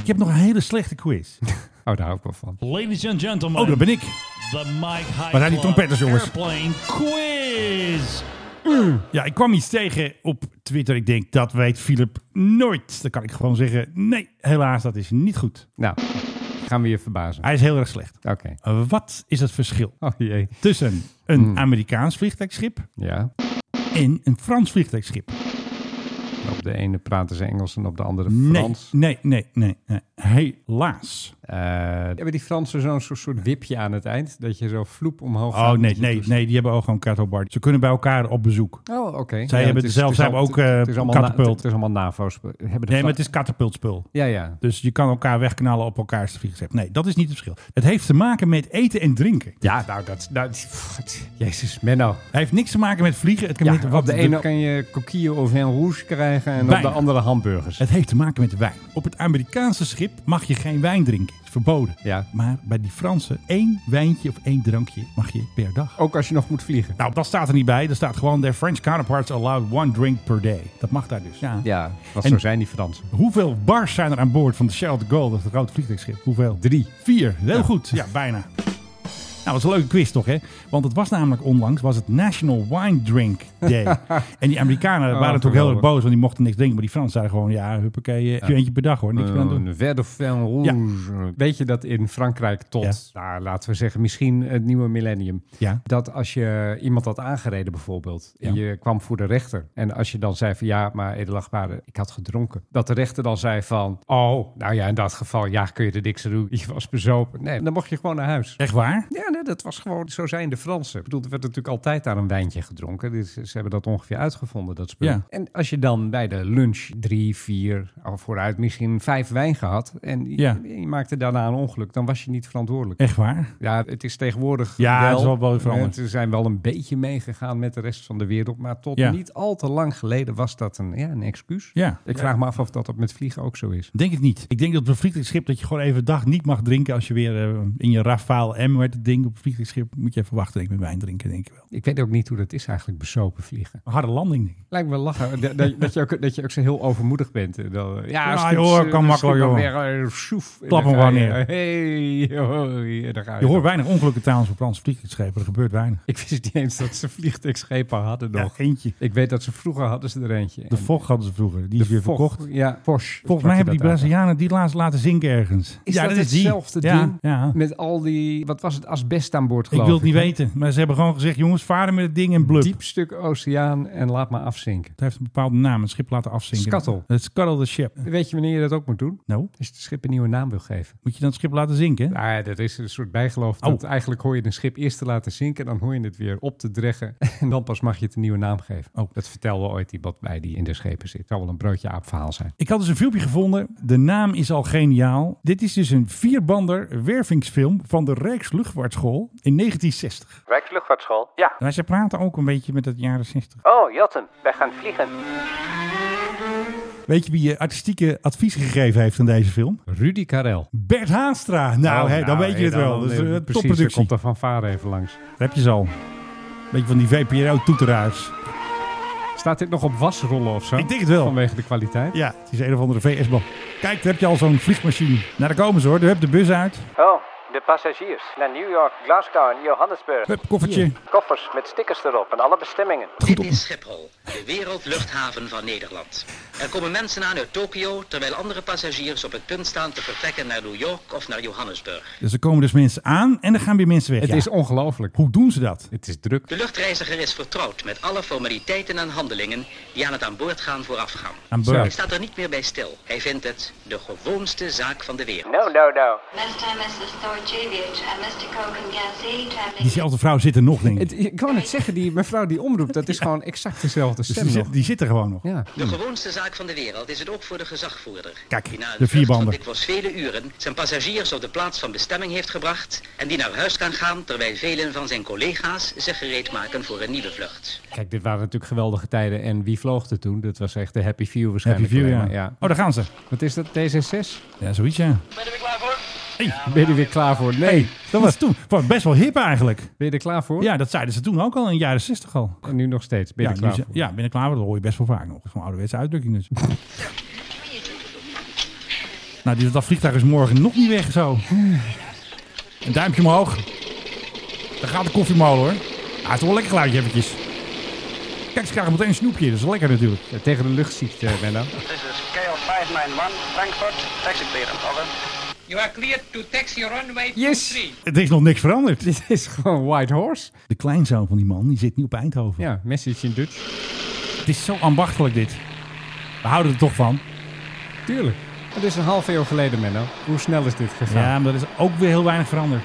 [SPEAKER 7] Ik heb nog een hele slechte quiz.
[SPEAKER 6] Oh, daar hou ik wel van.
[SPEAKER 10] Ladies and gentlemen,
[SPEAKER 7] Oh, dat ben ik.
[SPEAKER 10] the Mike High
[SPEAKER 7] Waar zijn die
[SPEAKER 10] Club
[SPEAKER 7] trompetters, jongens?
[SPEAKER 10] Airplane Quiz.
[SPEAKER 7] Ja, ik kwam iets tegen op Twitter. Ik denk, dat weet Philip nooit. Dan kan ik gewoon zeggen, nee, helaas, dat is niet goed.
[SPEAKER 6] Nou, gaan we je verbazen.
[SPEAKER 7] Hij is heel erg slecht.
[SPEAKER 6] Oké.
[SPEAKER 7] Wat is het verschil
[SPEAKER 6] Oh jee.
[SPEAKER 7] tussen
[SPEAKER 6] Hmm.
[SPEAKER 7] een Amerikaans vliegtuigschip
[SPEAKER 6] Ja.
[SPEAKER 7] en een Frans vliegtuigschip?
[SPEAKER 6] Op de ene praten ze Engels en op de andere
[SPEAKER 7] Nee,
[SPEAKER 6] Frans.
[SPEAKER 7] nee, nee, nee, nee. Helaas.
[SPEAKER 6] Eh, hebben die Fransen zo'n soort, soort wipje aan het eind? Dat je zo vloep omhoog
[SPEAKER 7] Oh
[SPEAKER 6] gaat
[SPEAKER 7] nee,
[SPEAKER 6] met je
[SPEAKER 7] nee,
[SPEAKER 6] toestel?
[SPEAKER 7] nee, die hebben ook gewoon cartobard. Ze kunnen bij elkaar op bezoek.
[SPEAKER 6] Oh, oké. Ja,
[SPEAKER 7] hebben
[SPEAKER 6] het
[SPEAKER 7] het zelf-
[SPEAKER 6] het
[SPEAKER 7] ze hebben
[SPEAKER 6] al-
[SPEAKER 7] ook,
[SPEAKER 6] het-
[SPEAKER 7] eh,
[SPEAKER 6] het is allemaal na-
[SPEAKER 7] katapult.
[SPEAKER 6] Het is allemaal NAVO's. Hebben de
[SPEAKER 7] Nee,
[SPEAKER 6] Fran-
[SPEAKER 7] maar het is katapultspul.
[SPEAKER 6] Ja, ja.
[SPEAKER 7] Dus je kan elkaar wegknallen op elkaars vliegtuig. Nee, dat is niet het verschil. Het heeft te maken met eten en drinken.
[SPEAKER 6] Ja, nou, dat... Nou, pff, Jezus, Menno.
[SPEAKER 7] Het heeft niks te maken met vliegen. Het, kan met,
[SPEAKER 6] Ja, op de
[SPEAKER 7] de-
[SPEAKER 6] ene kan je coquille of vin rouge krijgen en op
[SPEAKER 7] Bijna.
[SPEAKER 6] de andere hamburgers.
[SPEAKER 7] het heeft te maken met wijn. Op het Amerikaanse schip mag je geen wijn drinken. Het is verboden.
[SPEAKER 6] Ja.
[SPEAKER 7] Maar bij die Fransen, één wijntje of één drankje mag je per dag.
[SPEAKER 6] Ook als je nog moet vliegen.
[SPEAKER 7] Nou, dat staat er niet bij. Er staat gewoon, their French counterparts allowed one drink per day. Dat mag daar dus.
[SPEAKER 6] Ja, wat
[SPEAKER 7] En-
[SPEAKER 6] zo zijn die Fransen.
[SPEAKER 7] Hoeveel bars zijn er aan boord van de Charles de Gaulle, dat is een groot vliegtuigschip? Hoeveel?
[SPEAKER 6] Drie.
[SPEAKER 7] Vier. Heel goed. Ja, bijna. Nou, dat is een leuke quiz toch, hè? Want het was namelijk onlangs was het National Wine Drink Day. en die Amerikanen waren natuurlijk heel
[SPEAKER 6] Oh,
[SPEAKER 7] erg
[SPEAKER 6] geweldig.
[SPEAKER 7] boos, want die mochten niks drinken. Maar die Fransen zeiden gewoon, ja, huppakee, eh, eentje per dag hoor, niks meer aan doen.
[SPEAKER 6] Een verre vin rouge. Weet je dat in Frankrijk tot, nou, laten we zeggen, misschien het nieuwe millennium.
[SPEAKER 7] Ja.
[SPEAKER 6] Dat als je iemand had aangereden bijvoorbeeld, en
[SPEAKER 7] Ja.
[SPEAKER 6] je kwam voor de rechter. En als je dan zei van ja, maar edelachtbare, ik had gedronken. Dat de rechter dan zei van, oh, nou ja, in dat geval, ja, kun je er niks aan doen. Je was bezopen. Nee, dan mocht je gewoon naar huis.
[SPEAKER 7] Echt waar?
[SPEAKER 6] Ja, nee, dat was gewoon, zo zijn de Fransen. Ik bedoel, er werd natuurlijk altijd daar een wijntje gedronken. Dus ze hebben dat ongeveer uitgevonden, dat spul.
[SPEAKER 7] Ja.
[SPEAKER 6] En als je dan bij de lunch drie, vier, al vooruit misschien vijf wijn gehad... en je-
[SPEAKER 7] Ja.
[SPEAKER 6] je, maakte daarna een ongeluk, dan was je niet verantwoordelijk.
[SPEAKER 7] Echt waar?
[SPEAKER 6] Ja, het is tegenwoordig
[SPEAKER 7] Ja,
[SPEAKER 6] wel...
[SPEAKER 7] het is wel wel veranderd.
[SPEAKER 6] Ze zijn wel een beetje meegegaan met de rest van de wereld... maar tot
[SPEAKER 7] Ja.
[SPEAKER 6] niet al te lang geleden was dat een, ja, een excuus.
[SPEAKER 7] Ja.
[SPEAKER 6] Ik vraag me af of dat, dat met vliegen ook zo is.
[SPEAKER 7] Denk het niet. Ik denk dat op een vliegtuigschip dat je gewoon even een dag niet mag drinken als je weer eh, in je Rafael M werd het ding. Op een vliegtuigschip moet je even wachten denk ik, met wijn drinken, denk ik wel.
[SPEAKER 6] Ik weet ook niet hoe dat is eigenlijk, besopen vliegen.
[SPEAKER 7] Een harde landing. Denk ik.
[SPEAKER 6] Lijkt me lachen. dat, dat- dat je ook, dat je ook zo heel overmoedig bent. Eh, Dan, eh,
[SPEAKER 7] Ja,
[SPEAKER 6] schiet-
[SPEAKER 7] joh,
[SPEAKER 6] eh,
[SPEAKER 7] kan
[SPEAKER 6] schiet
[SPEAKER 7] makkelijk,
[SPEAKER 6] dan
[SPEAKER 7] joh.
[SPEAKER 6] weer, eh, soef. En
[SPEAKER 7] Klap
[SPEAKER 6] dan
[SPEAKER 7] hem
[SPEAKER 6] ga
[SPEAKER 7] gewoon
[SPEAKER 6] je, eh, Hey, oh, hoi, en dan ga
[SPEAKER 7] Je
[SPEAKER 6] je.
[SPEAKER 7] hoort weinig ongelukken trouwens op Franse vliegtuigschepen. Er gebeurt weinig.
[SPEAKER 6] Ik wist niet eens dat ze vliegtuigschepen hadden
[SPEAKER 7] Ja,
[SPEAKER 6] nog.
[SPEAKER 7] eentje.
[SPEAKER 6] Ik weet dat ze vroeger hadden ze er eentje.
[SPEAKER 7] De
[SPEAKER 6] En
[SPEAKER 7] Vocht hadden ze vroeger. Die
[SPEAKER 6] de
[SPEAKER 7] is weer
[SPEAKER 6] Vocht-
[SPEAKER 7] verkocht.
[SPEAKER 6] Ja, Porsche.
[SPEAKER 7] Volgens
[SPEAKER 6] sprak
[SPEAKER 7] mij hebben
[SPEAKER 6] je
[SPEAKER 7] die
[SPEAKER 6] dat uit.
[SPEAKER 7] Brazilianen die laatst laten zinken ergens.
[SPEAKER 6] Is dat hetzelfde
[SPEAKER 7] ja,
[SPEAKER 6] ding?
[SPEAKER 7] Ja.
[SPEAKER 6] Met al die, wat was het, asbest aan boord
[SPEAKER 7] Ik
[SPEAKER 6] geloof
[SPEAKER 7] wil
[SPEAKER 6] ik.
[SPEAKER 7] het niet
[SPEAKER 6] hè?
[SPEAKER 7] weten. Maar ze hebben gewoon gezegd, jongens, varen met het ding en blub.
[SPEAKER 6] Diep stuk oceaan en laat maar afzinken.
[SPEAKER 7] Het heeft een bepaalde naam. Het schip laten afzinken.
[SPEAKER 6] Scuttle.
[SPEAKER 7] Het scuttle the ship.
[SPEAKER 6] Weet je wanneer je dat ook moet doen?
[SPEAKER 7] Nou,
[SPEAKER 6] Als je het schip een nieuwe naam wil geven.
[SPEAKER 7] moet je dan het schip laten zinken?
[SPEAKER 6] Nou ja, dat is een soort bijgeloof.
[SPEAKER 7] Oh.
[SPEAKER 6] Dat eigenlijk hoor je een schip eerst te laten zinken, dan hoor je het weer op te dreggen. En dan pas mag je het een nieuwe naam geven.
[SPEAKER 7] Oh.
[SPEAKER 6] Dat vertelde ooit iemand bij die in de schepen zit. Zou wel een broodje aap verhaal zijn.
[SPEAKER 7] Ik had dus een filmpje gevonden. De naam is al geniaal. Dit is dus een vierbander wervingsfilm van de Rijksluchtvaartschool in 1960. Nou,
[SPEAKER 1] Rijksluchtvaartschool? Ja.
[SPEAKER 7] En ze praten ook een beetje met het jaren 60.
[SPEAKER 1] Oh, Jatten, wij gaan vliegen.
[SPEAKER 7] Weet je wie je artistieke advies gegeven heeft aan deze film?
[SPEAKER 6] Rudy Karel.
[SPEAKER 7] Bert Haanstra. Nou,
[SPEAKER 6] Oh,
[SPEAKER 7] hè, dan
[SPEAKER 6] nou,
[SPEAKER 7] weet je
[SPEAKER 6] hey,
[SPEAKER 7] het wel.
[SPEAKER 6] dan,
[SPEAKER 7] Dat is
[SPEAKER 6] eh,
[SPEAKER 7] een
[SPEAKER 6] precies, daar
[SPEAKER 7] topproductie.
[SPEAKER 6] komt de fanfare even langs.
[SPEAKER 7] Daar Heb je ze al. Beetje van die VPRO-toeteraars.
[SPEAKER 6] Staat dit nog op wasrollen of zo?
[SPEAKER 7] Ik denk het wel.
[SPEAKER 6] Vanwege de kwaliteit.
[SPEAKER 7] Ja, het is een of andere VS-bal. Kijk, daar heb je al zo'n vliegmachine. Nou, daar komen ze hoor. Daar heb je de bus uit.
[SPEAKER 1] Oh, de passagiers. Naar New York, Glasgow en Johannesburg.
[SPEAKER 7] Hup, koffertje.
[SPEAKER 1] Koffers met stickers erop en alle bestemmingen.
[SPEAKER 11] Dit is Schiphol, de wereldluchthaven van Nederland. Er komen mensen aan uit Tokio, terwijl andere passagiers op het punt staan te vertrekken naar New York of naar Johannesburg.
[SPEAKER 7] Dus er komen dus mensen aan en er gaan weer mensen weg.
[SPEAKER 6] Het
[SPEAKER 7] Ja.
[SPEAKER 6] is ongelooflijk.
[SPEAKER 7] Hoe doen ze dat?
[SPEAKER 6] Het is druk.
[SPEAKER 11] De luchtreiziger is vertrouwd met alle formaliteiten en handelingen die aan het aan boord gaan voorafgaan.
[SPEAKER 7] Aan
[SPEAKER 6] Zo.
[SPEAKER 11] Hij
[SPEAKER 7] boord.
[SPEAKER 11] staat er niet meer bij stil. Hij vindt het de gewoonste zaak van de wereld.
[SPEAKER 1] Oh, No, no, no.
[SPEAKER 7] Diezelfde vrouw zit er nog, denk ik.
[SPEAKER 6] Het, ik kan het zeggen, die mevrouw die omroept, dat is gewoon exact dezelfde
[SPEAKER 7] Dus
[SPEAKER 6] stem
[SPEAKER 7] die
[SPEAKER 6] nog.
[SPEAKER 7] zit, die zit er gewoon nog.
[SPEAKER 6] Ja.
[SPEAKER 11] De gewoonste zaak van de wereld is het ook voor de gezagvoerder.
[SPEAKER 7] Kijk,
[SPEAKER 11] die na een
[SPEAKER 7] de
[SPEAKER 11] vlucht van
[SPEAKER 7] vierbander.
[SPEAKER 11] dikwijls vele uren zijn passagiers op de plaats van bestemming heeft gebracht en die naar huis kan gaan terwijl velen van zijn collega's zich gereed maken voor een nieuwe vlucht.
[SPEAKER 6] Kijk, dit waren natuurlijk geweldige tijden. En wie vloog er toen? Dat was echt de Happy Few
[SPEAKER 7] Happy
[SPEAKER 6] waarschijnlijk.
[SPEAKER 7] view,
[SPEAKER 6] alleen
[SPEAKER 7] ja.
[SPEAKER 6] maar, ja.
[SPEAKER 7] Oh, daar gaan ze.
[SPEAKER 6] Wat is dat? D66?
[SPEAKER 7] Ja, zoiets, ja.
[SPEAKER 6] Ben je er weer klaar voor? Nee.
[SPEAKER 7] Dat was toen was best wel hip eigenlijk.
[SPEAKER 6] Ben je er klaar voor?
[SPEAKER 7] Ja, dat zeiden ze toen ook al in de jaren 60 al.
[SPEAKER 6] En nu nog steeds. Ben je
[SPEAKER 7] ja,
[SPEAKER 6] er
[SPEAKER 7] nu
[SPEAKER 6] klaar
[SPEAKER 7] ze-
[SPEAKER 6] voor?
[SPEAKER 7] ja, ben ik klaar voor. Dat hoor je best wel vaak nog. Zo'n ouderwetse uitdrukking dus. nou, die, dat vliegtuig is morgen nog niet weg zo. Een duimpje omhoog. Daar gaat de koffiemolen hoor. Ah, het is wel een lekker geluidje eventjes. Kijk, ze krijgen meteen een snoepje. Dat is wel lekker natuurlijk.
[SPEAKER 6] Ja, Tegen de luchtziekte, eh, Benno.
[SPEAKER 4] This is KL591, Frankfurt, taxi clearance, over.
[SPEAKER 5] You are cleared to taxi runway
[SPEAKER 6] Yes.
[SPEAKER 5] 23.
[SPEAKER 7] Het is nog niks veranderd.
[SPEAKER 6] Dit is gewoon White Horse.
[SPEAKER 7] De kleinzoon van die man, die zit nu op Eindhoven.
[SPEAKER 6] Ja, message in Dutch.
[SPEAKER 7] Het is zo ambachtelijk dit. We houden er toch van.
[SPEAKER 6] Tuurlijk. Het is een half eeuw geleden, Menno. Hoe snel is dit gegaan?
[SPEAKER 7] Ja, maar er is ook weer heel weinig veranderd.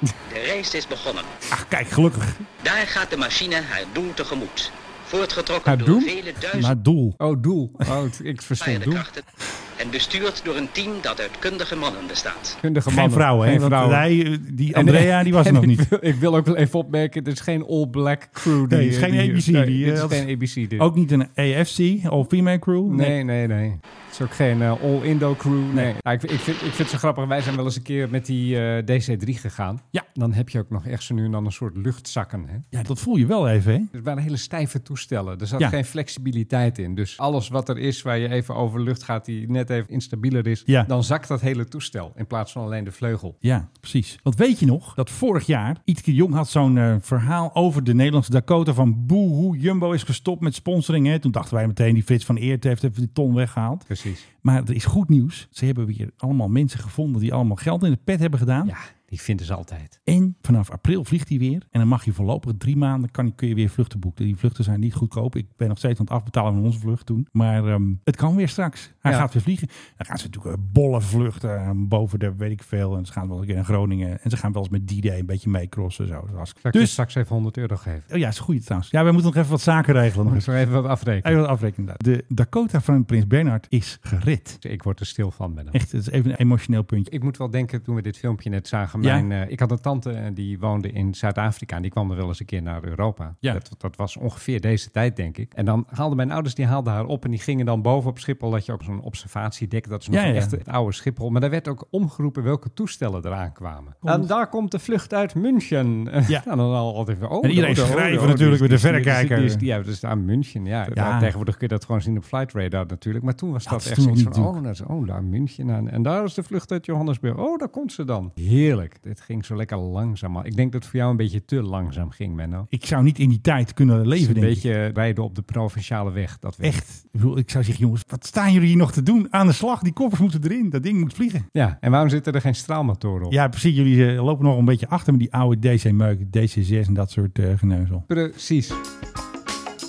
[SPEAKER 11] De reis is begonnen.
[SPEAKER 7] Ach, kijk, gelukkig.
[SPEAKER 11] Daar gaat de machine haar doel tegemoet.
[SPEAKER 6] Haar
[SPEAKER 11] Voortgetrokken
[SPEAKER 6] doel?
[SPEAKER 11] door vele
[SPEAKER 7] Maar
[SPEAKER 11] duizenden
[SPEAKER 7] het doel.
[SPEAKER 6] Oh, doel. Oh, het- ik verstond doel.
[SPEAKER 11] paardenkrachten en bestuurd door een team dat uit kundige mannen bestaat.
[SPEAKER 6] Kundige
[SPEAKER 7] Geen
[SPEAKER 6] mannen.
[SPEAKER 7] vrouwen, hè?
[SPEAKER 6] Geen
[SPEAKER 7] Want
[SPEAKER 6] vrouwen.
[SPEAKER 7] hij, eh, die
[SPEAKER 6] En-
[SPEAKER 7] Andrea, die was
[SPEAKER 6] en
[SPEAKER 7] er nog niet.
[SPEAKER 6] Ik wil, ik wil ook wel even opmerken, dit is geen all-black crew. Die,
[SPEAKER 7] Nee, het is geen ABC,
[SPEAKER 6] Nee,
[SPEAKER 7] die,
[SPEAKER 6] dit
[SPEAKER 7] eh,
[SPEAKER 6] is
[SPEAKER 7] dat-
[SPEAKER 6] geen ABC. Dit.
[SPEAKER 7] Ook niet een E AFC, all-female crew.
[SPEAKER 6] Nee, nee, nee. Het is ook geen eh, all-Indo crew. Nee. Ja, ik, ik, vind, ik vind het zo grappig. Wij zijn wel eens een keer met die eh, DC-3 gegaan.
[SPEAKER 7] Ja.
[SPEAKER 6] Dan heb je ook nog echt zo nu en dan een soort luchtzakken. Hè?
[SPEAKER 7] Ja, dat voel je wel even, hè?
[SPEAKER 6] Het waren hele stijve toestellen. Er zat
[SPEAKER 7] Ja.
[SPEAKER 6] geen flexibiliteit in. Dus alles wat er is waar je even over lucht gaat die net even instabieler is,
[SPEAKER 7] Ja.
[SPEAKER 6] dan zakt dat hele toestel in plaats van alleen de vleugel.
[SPEAKER 7] Ja, precies. Want weet je nog dat vorig jaar Ietke Jong had zo'n eh, verhaal over de Nederlandse Dakota van boe hoe Jumbo is gestopt met sponsoring. Hè? Toen dachten wij meteen die Frits van Eert heeft even die ton weggehaald.
[SPEAKER 6] Precies.
[SPEAKER 7] Maar er is goed nieuws. Ze hebben weer allemaal mensen gevonden die allemaal geld in de pet hebben gedaan.
[SPEAKER 6] Ja, Die vinden ze altijd.
[SPEAKER 7] En vanaf april vliegt hij weer. En dan mag je voorlopig drie maanden kan, kun je weer vluchten boeken. Die vluchten zijn niet goedkoop. Ik ben nog steeds aan het afbetalen van onze vlucht toen. Maar ehm, het kan weer straks. Hij
[SPEAKER 6] Ja.
[SPEAKER 7] gaat weer vliegen. Dan gaan ze natuurlijk eh, bolle vluchten eh, boven de weet ik veel. En ze gaan wel eens naar Groningen. En ze gaan wel eens met D-Day een beetje meecrossen. Zo. Dat was-
[SPEAKER 6] Zal ik je
[SPEAKER 7] Dus,
[SPEAKER 6] straks even 100 euro geven?
[SPEAKER 7] oh ja, is een goede trouwens. Ja, we moeten nog even wat zaken regelen. Nog
[SPEAKER 6] Moet ik
[SPEAKER 7] eens.
[SPEAKER 6] zo even wat afrekenen?
[SPEAKER 7] Even wat afrekenen. inderdaad. De Dakota van Prins Bernhard is gered.
[SPEAKER 6] Ik word er stil van, ben
[SPEAKER 7] Echt, het is even een emotioneel puntje.
[SPEAKER 6] Ik moet wel denken, toen we dit filmpje net zagen,
[SPEAKER 7] Ja.
[SPEAKER 6] mijn, eh, ik had een tante eh, die woonde in Zuid-Afrika en die kwam er wel eens een keer naar Europa.
[SPEAKER 7] Ja.
[SPEAKER 6] Dat, dat was ongeveer deze tijd, denk ik. En dan haalden mijn ouders die haalden haar op en die gingen dan boven op Schiphol, dat je ook zo'n observatiedek, dat is nog
[SPEAKER 7] Ja, ja.
[SPEAKER 6] echt het oude Schiphol. Maar daar werd ook omgeroepen welke toestellen eraan kwamen. En daar komt de vlucht uit München.
[SPEAKER 7] Ja.
[SPEAKER 6] en dan al altijd weer, oh,
[SPEAKER 7] En iedereen
[SPEAKER 6] oh, oh,
[SPEAKER 7] schrijven
[SPEAKER 6] oh, die
[SPEAKER 7] natuurlijk
[SPEAKER 6] is-
[SPEAKER 7] met de
[SPEAKER 6] die is- die is-
[SPEAKER 7] verrekijker.
[SPEAKER 6] die is- die- Ja, dus aan München, ja.
[SPEAKER 7] Ja.
[SPEAKER 6] Tegenwoordig kun je dat gewoon zien op Flight Radar natuurlijk. Maar toen was dat,
[SPEAKER 7] dat is
[SPEAKER 6] echt
[SPEAKER 7] toen
[SPEAKER 6] zoiets
[SPEAKER 7] nog
[SPEAKER 6] van,
[SPEAKER 7] niet
[SPEAKER 6] oh, dat is, oh, daar München aan. En daar is de vlucht uit Johannesburg. Oh, daar komt ze dan. Heerlijk. Dit ging zo lekker langzaam. al. Ik denk dat het voor jou een beetje te langzaam ging, Menno.
[SPEAKER 7] Ik zou niet in die tijd kunnen
[SPEAKER 6] Het is
[SPEAKER 7] leven,
[SPEAKER 6] een
[SPEAKER 7] denk ik.
[SPEAKER 6] beetje rijden op de provinciale weg. Dat weet ik.
[SPEAKER 7] Echt. Ik bedoel, Ik zou zeggen, jongens, wat staan jullie hier nog te doen? Aan de slag, die koffers moeten erin. Dat ding moet vliegen.
[SPEAKER 6] Ja, en waarom zitten er geen straalmotoren op?
[SPEAKER 7] Ja, precies. Jullie eh, lopen nog een beetje achter met die oude DC-meuk, DC6 en dat soort eh geneuzel.
[SPEAKER 6] Precies.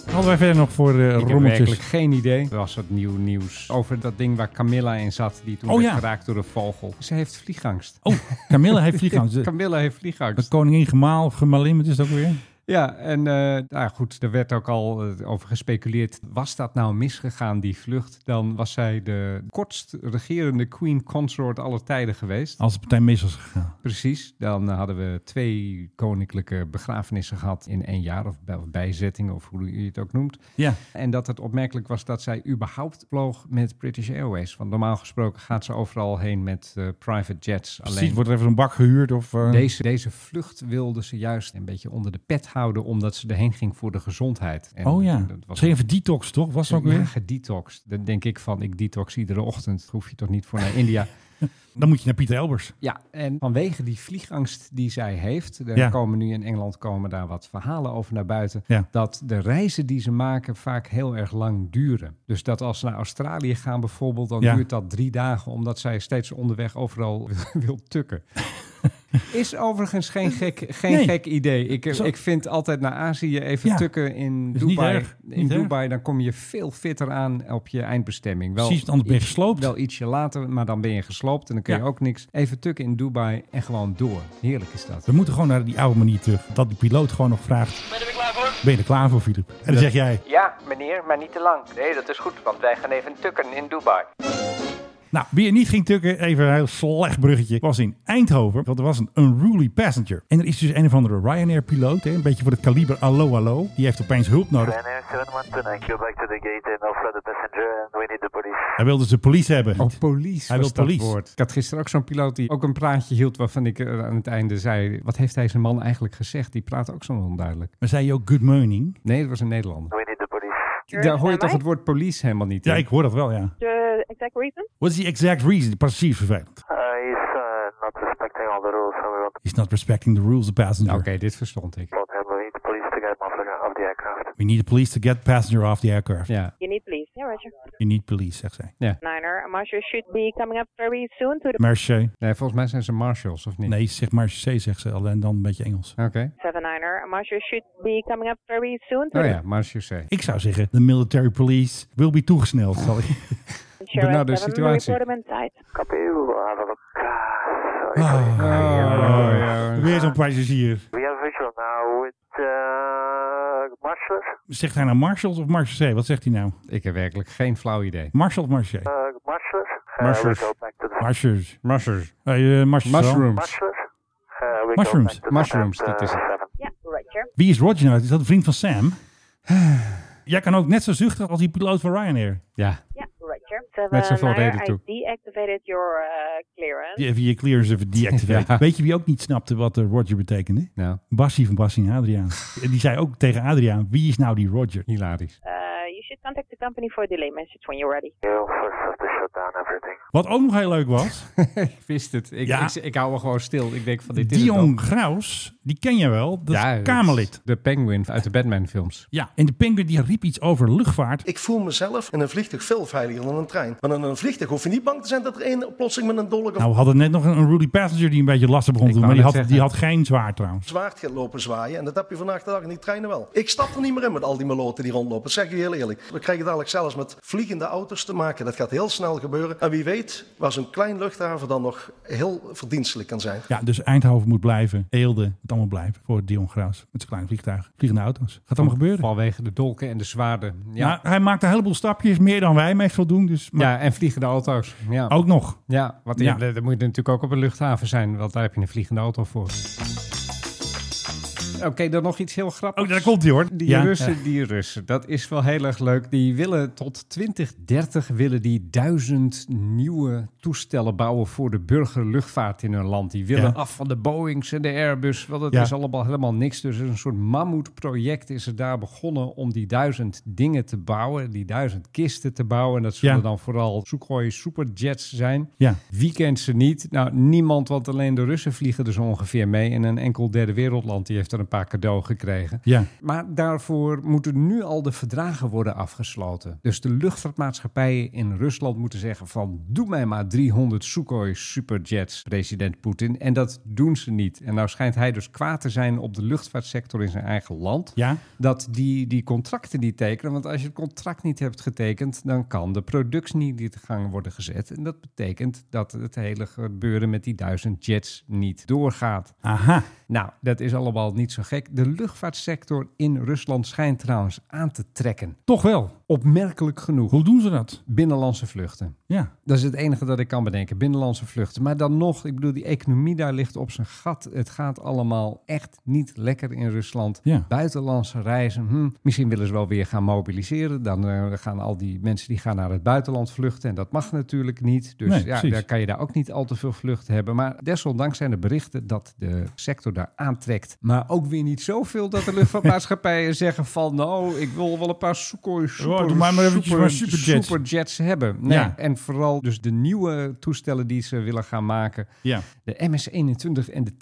[SPEAKER 7] Wat hadden wij verder nog voor eh,
[SPEAKER 6] Ik heb
[SPEAKER 7] rommeltjes?
[SPEAKER 6] werkelijk geen idee. Er was wat nieuw nieuws over dat ding waar Camilla in zat. Die toen
[SPEAKER 7] Oh,
[SPEAKER 6] werd
[SPEAKER 7] ja.
[SPEAKER 6] geraakt door een vogel. Ze heeft vliegangst.
[SPEAKER 7] Oh, Camilla heeft vliegangst. De-
[SPEAKER 6] Camilla heeft vliegangst.
[SPEAKER 7] De koningin gemaal, of gemalin, wat is dat ook weer?
[SPEAKER 6] Ja, en eh, nou ja, goed, er werd ook al eh, over gespeculeerd. Was dat nou misgegaan, die vlucht? Dan was zij de kortst regerende queen consort aller tijden geweest.
[SPEAKER 7] Als het meteen mis was gegaan.
[SPEAKER 6] Precies. Dan eh, hadden we twee koninklijke begrafenissen gehad in één jaar. Of bij- of bijzettingen, of hoe je het ook noemt.
[SPEAKER 7] Ja,
[SPEAKER 6] En dat het opmerkelijk was dat zij überhaupt vloog met British Airways. Want normaal gesproken gaat ze overal heen met eh, private jets.
[SPEAKER 7] precies. Wordt er even een bak gehuurd of... eh,
[SPEAKER 6] Deze, deze vlucht wilde ze juist een beetje onder de pet houden, omdat ze erheen ging voor de gezondheid. En
[SPEAKER 7] Oh ja,
[SPEAKER 6] dat was
[SPEAKER 7] misschien even detox toch? Was het ook
[SPEAKER 6] ja,
[SPEAKER 7] weer?
[SPEAKER 6] gedetoxed. Dan denk ik van, ik detox iedere ochtend. Hoef je toch niet voor naar India?
[SPEAKER 7] Dan moet je naar Pieter Elbers.
[SPEAKER 6] Ja, en vanwege die vliegangst die zij heeft, er
[SPEAKER 7] Ja.
[SPEAKER 6] komen nu in Engeland komen daar wat verhalen over naar buiten,
[SPEAKER 7] Ja.
[SPEAKER 6] dat de reizen die ze maken vaak heel erg lang duren. Dus dat als ze naar Australië gaan bijvoorbeeld, dan
[SPEAKER 7] Ja.
[SPEAKER 6] duurt dat drie dagen, omdat zij steeds onderweg overal wil tukken. Is overigens geen gek, geen
[SPEAKER 7] Nee.
[SPEAKER 6] gek idee. Ik,
[SPEAKER 7] Zo-
[SPEAKER 6] ik vind altijd naar Azië even
[SPEAKER 7] Ja.
[SPEAKER 6] tukken in
[SPEAKER 7] Is niet
[SPEAKER 6] Dubai.
[SPEAKER 7] erg.
[SPEAKER 6] In
[SPEAKER 7] Niet erg.
[SPEAKER 6] Dubai, dan kom je veel fitter aan op je eindbestemming. Wel
[SPEAKER 7] Precies, want anders ben je
[SPEAKER 6] iets-
[SPEAKER 7] gesloopt.
[SPEAKER 6] Wel ietsje later, maar dan ben je gesloopt en dan kun je
[SPEAKER 7] Ja.
[SPEAKER 6] ook niks. Even tukken in Dubai en gewoon door. Heerlijk is dat.
[SPEAKER 7] We moeten gewoon naar die oude manier terug. Dat de piloot gewoon nog vraagt... Ben je er klaar voor? Filip? En dan zeg jij...
[SPEAKER 1] Ja, meneer, maar niet te lang. Nee, dat is goed, want wij gaan even tukken in Dubai.
[SPEAKER 7] Nou, wie er niet ging tukken, even een heel slecht bruggetje, was in Eindhoven. Want er was een unruly passenger. En er is dus een of andere Ryanair-piloot, hè, een beetje voor het kaliber allo allo. Die heeft opeens hulp nodig. Hij wil dus de police hebben.
[SPEAKER 6] Oh, police
[SPEAKER 7] Hij
[SPEAKER 6] was
[SPEAKER 7] wil
[SPEAKER 6] dat
[SPEAKER 7] police.
[SPEAKER 6] woord. Ik had gisteren ook zo'n piloot die ook een praatje hield... waarvan ik eh, aan het einde zei... wat heeft deze man eigenlijk gezegd? Die praat ook zo onduidelijk.
[SPEAKER 7] Maar zei je ook good morning?
[SPEAKER 6] Nee, dat was een Nederlander.
[SPEAKER 2] Sure,
[SPEAKER 6] Daar hoor je
[SPEAKER 2] am
[SPEAKER 6] toch
[SPEAKER 2] I?
[SPEAKER 6] het woord police helemaal niet
[SPEAKER 7] Ja,
[SPEAKER 6] in?
[SPEAKER 7] ik hoor dat wel, ja.
[SPEAKER 2] The exact reason?
[SPEAKER 7] What is the exact reason? Passagier is vervelend. He's not respecting the rules of passenger.
[SPEAKER 6] Nou, Oké, dit verstond ik.
[SPEAKER 7] We need the police to get passenger off the aircraft.
[SPEAKER 6] Ja,
[SPEAKER 2] You need police. Yeah, Roger.
[SPEAKER 7] You need police, zegt zij.
[SPEAKER 2] Niner, Marcia should be coming up very soon to the
[SPEAKER 7] Marche.
[SPEAKER 6] nee, volgens mij zijn ze marshals, of niet?
[SPEAKER 7] Nee, zeg Marche, zegt ze. Alleen dan een beetje Engels.
[SPEAKER 6] Oké.
[SPEAKER 2] 7-Niner. Marcia should be coming up very soon to
[SPEAKER 6] Oh ja, marshals.
[SPEAKER 7] Ik zou zeggen, de military police will be toegesneld. Zal ik...
[SPEAKER 2] the sheriff.
[SPEAKER 6] benauwde
[SPEAKER 2] Seven,
[SPEAKER 6] situatie.
[SPEAKER 2] Report him inside.
[SPEAKER 7] Ah.
[SPEAKER 6] Oh, ja.
[SPEAKER 7] Weer zo'n passagier. We have visual now with Marshall. Zegt hij nou Marshall of Marshall? Wat zegt hij nou?
[SPEAKER 6] Ik heb werkelijk geen flauw idee.
[SPEAKER 7] Marshall of Marshall?
[SPEAKER 6] Marshals.
[SPEAKER 7] Marshalls.
[SPEAKER 6] Marshals.
[SPEAKER 7] Hey, eh, Marshall.
[SPEAKER 6] Mushrooms.
[SPEAKER 7] Mushrooms.
[SPEAKER 6] Mushrooms, dat is het.
[SPEAKER 2] Yeah, Roger.
[SPEAKER 7] Wie is Roger nou? Is dat een vriend van Sam? Jij kan ook net zo zuchtig als die piloot van Ryanair.
[SPEAKER 6] Ja,
[SPEAKER 2] Yeah, Roger.
[SPEAKER 6] Met z'n
[SPEAKER 2] 7-Niner,
[SPEAKER 6] vol reden
[SPEAKER 2] I
[SPEAKER 6] toe.
[SPEAKER 2] deactivated your uh, clearance.
[SPEAKER 7] Die even je clearance even deactivate.
[SPEAKER 6] Ja.
[SPEAKER 7] Weet je wie ook niet snapte wat eh, Roger betekende?
[SPEAKER 6] nou,
[SPEAKER 7] Bassie van Bassie en Adriaan. En die zei ook tegen Adriaan, wie is nou die Roger?
[SPEAKER 6] hilarisch.
[SPEAKER 2] Uh, you should contact the company for a delay message when you're ready.
[SPEAKER 7] Wat ook nog heel leuk was.
[SPEAKER 6] ik wist het. Ik,
[SPEAKER 7] Ja.
[SPEAKER 6] ik, ik hou me gewoon stil. Ik denk van dit is het
[SPEAKER 7] Dion
[SPEAKER 6] wel.
[SPEAKER 7] Graus, die ken je wel. Dat
[SPEAKER 6] Ja,
[SPEAKER 7] is Kamerlid.
[SPEAKER 6] De Penguin uit de Batman films.
[SPEAKER 7] Ja, en de penguin die riep iets over luchtvaart.
[SPEAKER 12] Ik voel mezelf in een vliegtuig veel veiliger dan een trein. Want in een vliegtuig hoef je niet bang te zijn dat er één plotseling met een dolk
[SPEAKER 7] Nou, we hadden net nog een, een Rudy Passenger die een beetje lastig begon te doen.
[SPEAKER 12] wou
[SPEAKER 7] Maar die
[SPEAKER 12] net
[SPEAKER 7] had, die
[SPEAKER 12] zeggen.
[SPEAKER 7] had geen zwaard trouwens.
[SPEAKER 12] zwaard gaat lopen zwaaien. En dat heb je vandaag de dag in die treinen wel. Ik stap er niet meer in met al die meloten die rondlopen. Dat zeg ik je heel eerlijk. We krijgen dadelijk zelfs met vliegende auto's te maken. Dat gaat heel snel gebeuren. En wie weet waar zo'n klein luchthaven dan nog heel verdienstelijk kan zijn.
[SPEAKER 7] Ja, dus Eindhoven moet blijven. Eelde, het allemaal blijven voor Dion Graus. Met zijn kleine vliegtuig, vliegende auto's. Gaat allemaal gebeuren.
[SPEAKER 6] Vanwege de dolken en de zwaarden. Ja.
[SPEAKER 7] Maar hij maakt een heleboel stapjes, meer dan wij meestal doen. Dus,
[SPEAKER 6] ja, en vliegende auto's. Ja.
[SPEAKER 7] Ook nog.
[SPEAKER 6] Ja, want
[SPEAKER 7] Oh. Ja.
[SPEAKER 6] ja. dat moet natuurlijk ook op een luchthaven zijn, want daar heb je een vliegende auto voor. Oké, dan nog iets heel grappigs.
[SPEAKER 7] Oh, daar komt hij hoor.
[SPEAKER 6] Die
[SPEAKER 7] Ja.
[SPEAKER 6] Russen,
[SPEAKER 7] Ja.
[SPEAKER 6] die Russen. Dat is wel heel erg leuk. Die willen tot 2030 willen die duizend nieuwe toestellen bouwen voor de burgerluchtvaart in hun land. Die willen
[SPEAKER 7] Ja.
[SPEAKER 6] af van de Boeings en de Airbus, want dat
[SPEAKER 7] Ja.
[SPEAKER 6] is allemaal helemaal niks. Dus er is een soort mammoetproject is er daar begonnen om die duizend dingen te bouwen, die duizend kisten te bouwen. En dat zullen
[SPEAKER 7] Ja.
[SPEAKER 6] dan vooral Sukhoi superjets zijn.
[SPEAKER 7] Ja.
[SPEAKER 6] Wie kent ze niet? Nou, niemand, want alleen de Russen vliegen er zo ongeveer mee. En een enkel derde wereldland die heeft er een paar cadeau gekregen.
[SPEAKER 7] Ja.
[SPEAKER 6] Maar daarvoor moeten nu al de verdragen worden afgesloten. Dus de luchtvaartmaatschappijen in Rusland moeten zeggen van... doe mij maar 300 Sukhoi superjets, president Poetin. En dat doen ze niet. En nou schijnt hij dus kwaad te zijn op de luchtvaartsector in zijn eigen land...
[SPEAKER 7] Ja.
[SPEAKER 6] dat die die contracten niet tekenen. Want als je het contract niet hebt getekend... dan kan de productie niet in gang worden gezet. En dat betekent dat het hele gebeuren met die duizend jets niet doorgaat.
[SPEAKER 7] Aha.
[SPEAKER 6] Nou, dat is allemaal niet zo gek. De luchtvaartsector in Rusland schijnt trouwens aan te trekken.
[SPEAKER 7] Toch wel.
[SPEAKER 6] Opmerkelijk genoeg.
[SPEAKER 7] Hoe doen ze dat?
[SPEAKER 6] Binnenlandse vluchten.
[SPEAKER 7] Ja.
[SPEAKER 6] Dat is het enige dat ik kan bedenken. Binnenlandse vluchten. Maar dan nog, ik bedoel, die economie daar ligt op zijn gat. Het gaat allemaal echt niet lekker in Rusland.
[SPEAKER 7] Ja.
[SPEAKER 6] Buitenlandse reizen. hm, misschien willen ze wel weer gaan mobiliseren. Dan eh, gaan al die mensen die gaan naar het buitenland vluchten. En dat mag natuurlijk niet. Dus
[SPEAKER 7] Nee,
[SPEAKER 6] ja,
[SPEAKER 7] precies.
[SPEAKER 6] daar kan je daar ook niet al te veel vluchten hebben. Maar desondanks zijn er berichten dat de sector daar aantrekt. Maar ook weer niet zoveel dat de luchtvaartmaatschappijen zeggen van... nou, ik wil wel een paar Sukhoi super,
[SPEAKER 7] Oh, doe maar maar eventjes
[SPEAKER 6] super,
[SPEAKER 7] maar superjets.
[SPEAKER 6] superjets hebben. Nee,
[SPEAKER 7] Ja.
[SPEAKER 6] En vooral dus de nieuwe toestellen die ze willen gaan maken.
[SPEAKER 7] Ja.
[SPEAKER 6] De MS-21 en de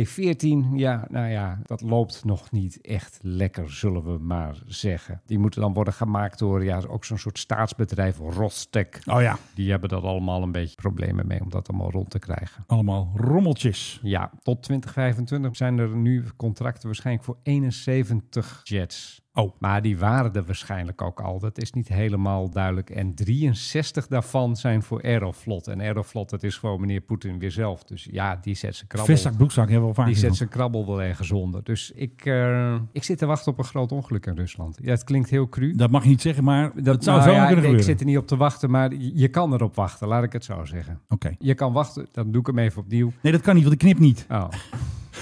[SPEAKER 6] TU-214. Ja, nou ja, dat loopt nog niet echt lekker, zullen we maar zeggen. Die moeten dan worden gemaakt door ja, ook zo'n soort staatsbedrijf, Rostec.
[SPEAKER 7] Oh ja.
[SPEAKER 6] Die hebben dat allemaal een beetje problemen mee om dat allemaal rond te krijgen.
[SPEAKER 7] Allemaal rommeltjes.
[SPEAKER 6] Ja, tot 2025 zijn er nu contracten waarschijnlijk voor 71 jets.
[SPEAKER 7] Oh.
[SPEAKER 6] Maar die waren er waarschijnlijk ook al. Dat is niet helemaal duidelijk. En 63 daarvan zijn voor Aeroflot. En Aeroflot, dat is gewoon meneer Poetin weer zelf. Dus ja, die zet zijn krabbel.
[SPEAKER 7] Vestzak, broekzak hebben we al vaak
[SPEAKER 6] Die zet
[SPEAKER 7] gezien.
[SPEAKER 6] zijn krabbel wel ergens onder. Dus ik, eh, ik zit te wachten op een groot ongeluk in Rusland. Ja, het klinkt heel cru.
[SPEAKER 7] Dat mag je niet zeggen, maar dat, zou
[SPEAKER 6] Nou
[SPEAKER 7] zo
[SPEAKER 6] ja,
[SPEAKER 7] kunnen
[SPEAKER 6] ik, ik
[SPEAKER 7] gebeuren.
[SPEAKER 6] zit er niet op te wachten, maar je je kan erop wachten. Laat ik het zo zeggen.
[SPEAKER 7] Oké.
[SPEAKER 6] Je kan wachten, dan doe ik hem even opnieuw.
[SPEAKER 7] Nee, dat kan niet, want ik knip niet.
[SPEAKER 6] Oh.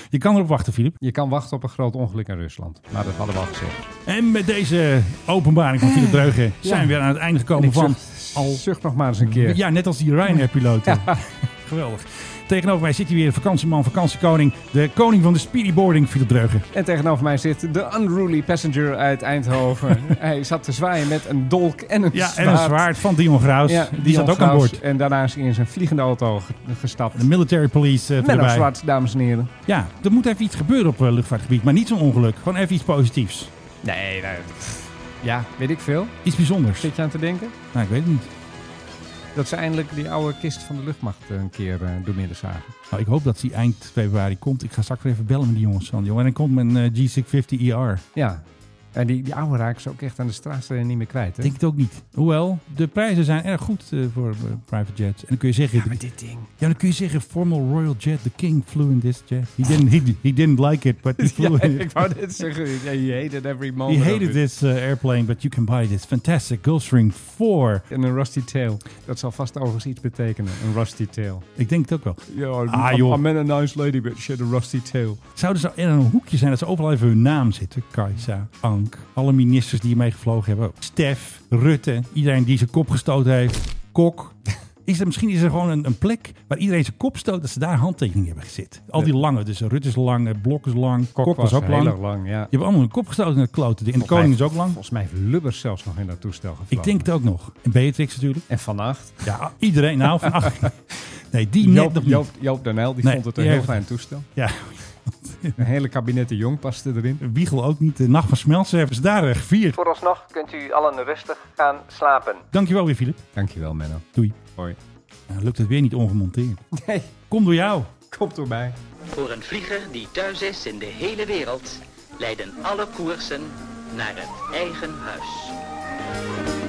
[SPEAKER 7] Je kan erop wachten, Filip.
[SPEAKER 6] Je kan wachten op een groot ongeluk in Rusland. Maar dat hadden we al gezegd.
[SPEAKER 7] En met deze openbaring van Philip Dreugen zijn we weer aan het einde
[SPEAKER 6] En
[SPEAKER 7] gekomen
[SPEAKER 6] ik
[SPEAKER 7] van...
[SPEAKER 6] zucht, zucht nog maar eens een keer.
[SPEAKER 7] Ja, net als die Ryanair-piloot. Geweldig. Tegenover mij zit hier weer de vakantieman, vakantiekoning. De koning van de speedyboarding, Philip Dreugen.
[SPEAKER 6] En tegenover mij zit de unruly passenger uit Eindhoven. Hij zat te zwaaien met een dolk en een
[SPEAKER 7] Ja,
[SPEAKER 6] zwaard.
[SPEAKER 7] en een zwaard van Dion Graus.
[SPEAKER 6] Ja,
[SPEAKER 7] die
[SPEAKER 6] Dion
[SPEAKER 7] zat ook aan
[SPEAKER 6] Graus.
[SPEAKER 7] boord.
[SPEAKER 6] En daarna is hij in zijn vliegende auto ge- gestapt.
[SPEAKER 7] De military police eh,
[SPEAKER 6] Met een
[SPEAKER 7] erbij.
[SPEAKER 6] zwart, dames en heren.
[SPEAKER 7] Ja, er moet even iets gebeuren op eh, luchtvaartgebied. Maar niet zo'n ongeluk. Gewoon even iets positiefs.
[SPEAKER 6] Nee, nee. Ja, weet ik veel.
[SPEAKER 7] Iets bijzonders.
[SPEAKER 6] Zit je aan te denken?
[SPEAKER 7] Nou, ik weet het niet.
[SPEAKER 6] Dat ze eindelijk die oude kist van de luchtmacht eh, een keer eh doormidden zagen.
[SPEAKER 7] Nou, ik hoop dat die eind februari komt. Ik ga straks weer even bellen met die jongens. Van, jongen, dan komt mijn eh, G650ER.
[SPEAKER 6] Ja. En die, die oude raken ze ook echt aan de straatsteden niet meer kwijt. Hè?
[SPEAKER 7] Ik denk het ook niet. Hoewel, de prijzen zijn erg goed eh, voor eh, private jets. En dan kun je zeggen... Ja,
[SPEAKER 6] dit ding.
[SPEAKER 7] dan kun je zeggen... Formal Royal Jet, the king flew in this jet. He didn't, he, he didn't like it, but he flew
[SPEAKER 6] Ja,
[SPEAKER 7] in it.
[SPEAKER 6] ik wou dit zeggen. You hated every
[SPEAKER 7] He
[SPEAKER 6] moment. of
[SPEAKER 7] hated
[SPEAKER 6] it.
[SPEAKER 7] this eh, airplane, but you can buy this fantastic Gulfstream 4.
[SPEAKER 6] En een rusty tail. Dat zal vast overigens iets betekenen. Een rusty tail.
[SPEAKER 7] Ik denk het ook wel.
[SPEAKER 6] Ja,
[SPEAKER 7] Ah, joh.
[SPEAKER 6] met a nice lady, but she had a rusty tail.
[SPEAKER 7] Zouden ze in een hoekje zijn dat ze overal even hun naam zitten? Kajsa, Ank, alle ministers die hiermee gevlogen hebben. Stef, Rutte, iedereen die zijn kop gestoten heeft. Kok. Is er, misschien is er gewoon een, een plek waar iedereen zijn kop stoot dat ze daar handtekening hebben gezet. Al die lange, dus Rut is lang, eh, Blok is lang, Kok, was ook
[SPEAKER 6] heel
[SPEAKER 7] lang.
[SPEAKER 6] erg lang, ja.
[SPEAKER 7] Die hebben allemaal hun kop gestoten in het klote. ding. En de koning is ook lang.
[SPEAKER 6] Volgens mij heeft Lubbers zelfs nog in dat toestel gevlogen.
[SPEAKER 7] Ik denk het ook nog. En Beatrix natuurlijk.
[SPEAKER 6] En vannacht.
[SPEAKER 7] Ja, iedereen. Nou, van acht. Nee, die net
[SPEAKER 6] Joop,
[SPEAKER 7] nog niet.
[SPEAKER 6] Joop, Joop Danijl, die
[SPEAKER 7] Nee,
[SPEAKER 6] vond het
[SPEAKER 7] die
[SPEAKER 6] een heel
[SPEAKER 7] heeft-
[SPEAKER 6] fijn toestel.
[SPEAKER 7] Ja.
[SPEAKER 6] Een hele kabinet de Jong paste erin.
[SPEAKER 7] Wiegel ook niet. De nacht van Smeltzer hebben ze daar eh, gevierd.
[SPEAKER 1] Vooralsnog kunt u allen rustig gaan slapen.
[SPEAKER 7] Dankjewel weer, Filip.
[SPEAKER 6] Dankjewel, Menno.
[SPEAKER 7] Doei.
[SPEAKER 6] Hoi.
[SPEAKER 7] Nou, lukt het weer niet ongemonteerd.
[SPEAKER 6] Nee,
[SPEAKER 7] Kom door jou.
[SPEAKER 6] komt door mij.
[SPEAKER 11] Voor een vlieger die thuis is in de hele wereld, leiden alle koersen naar het eigen huis.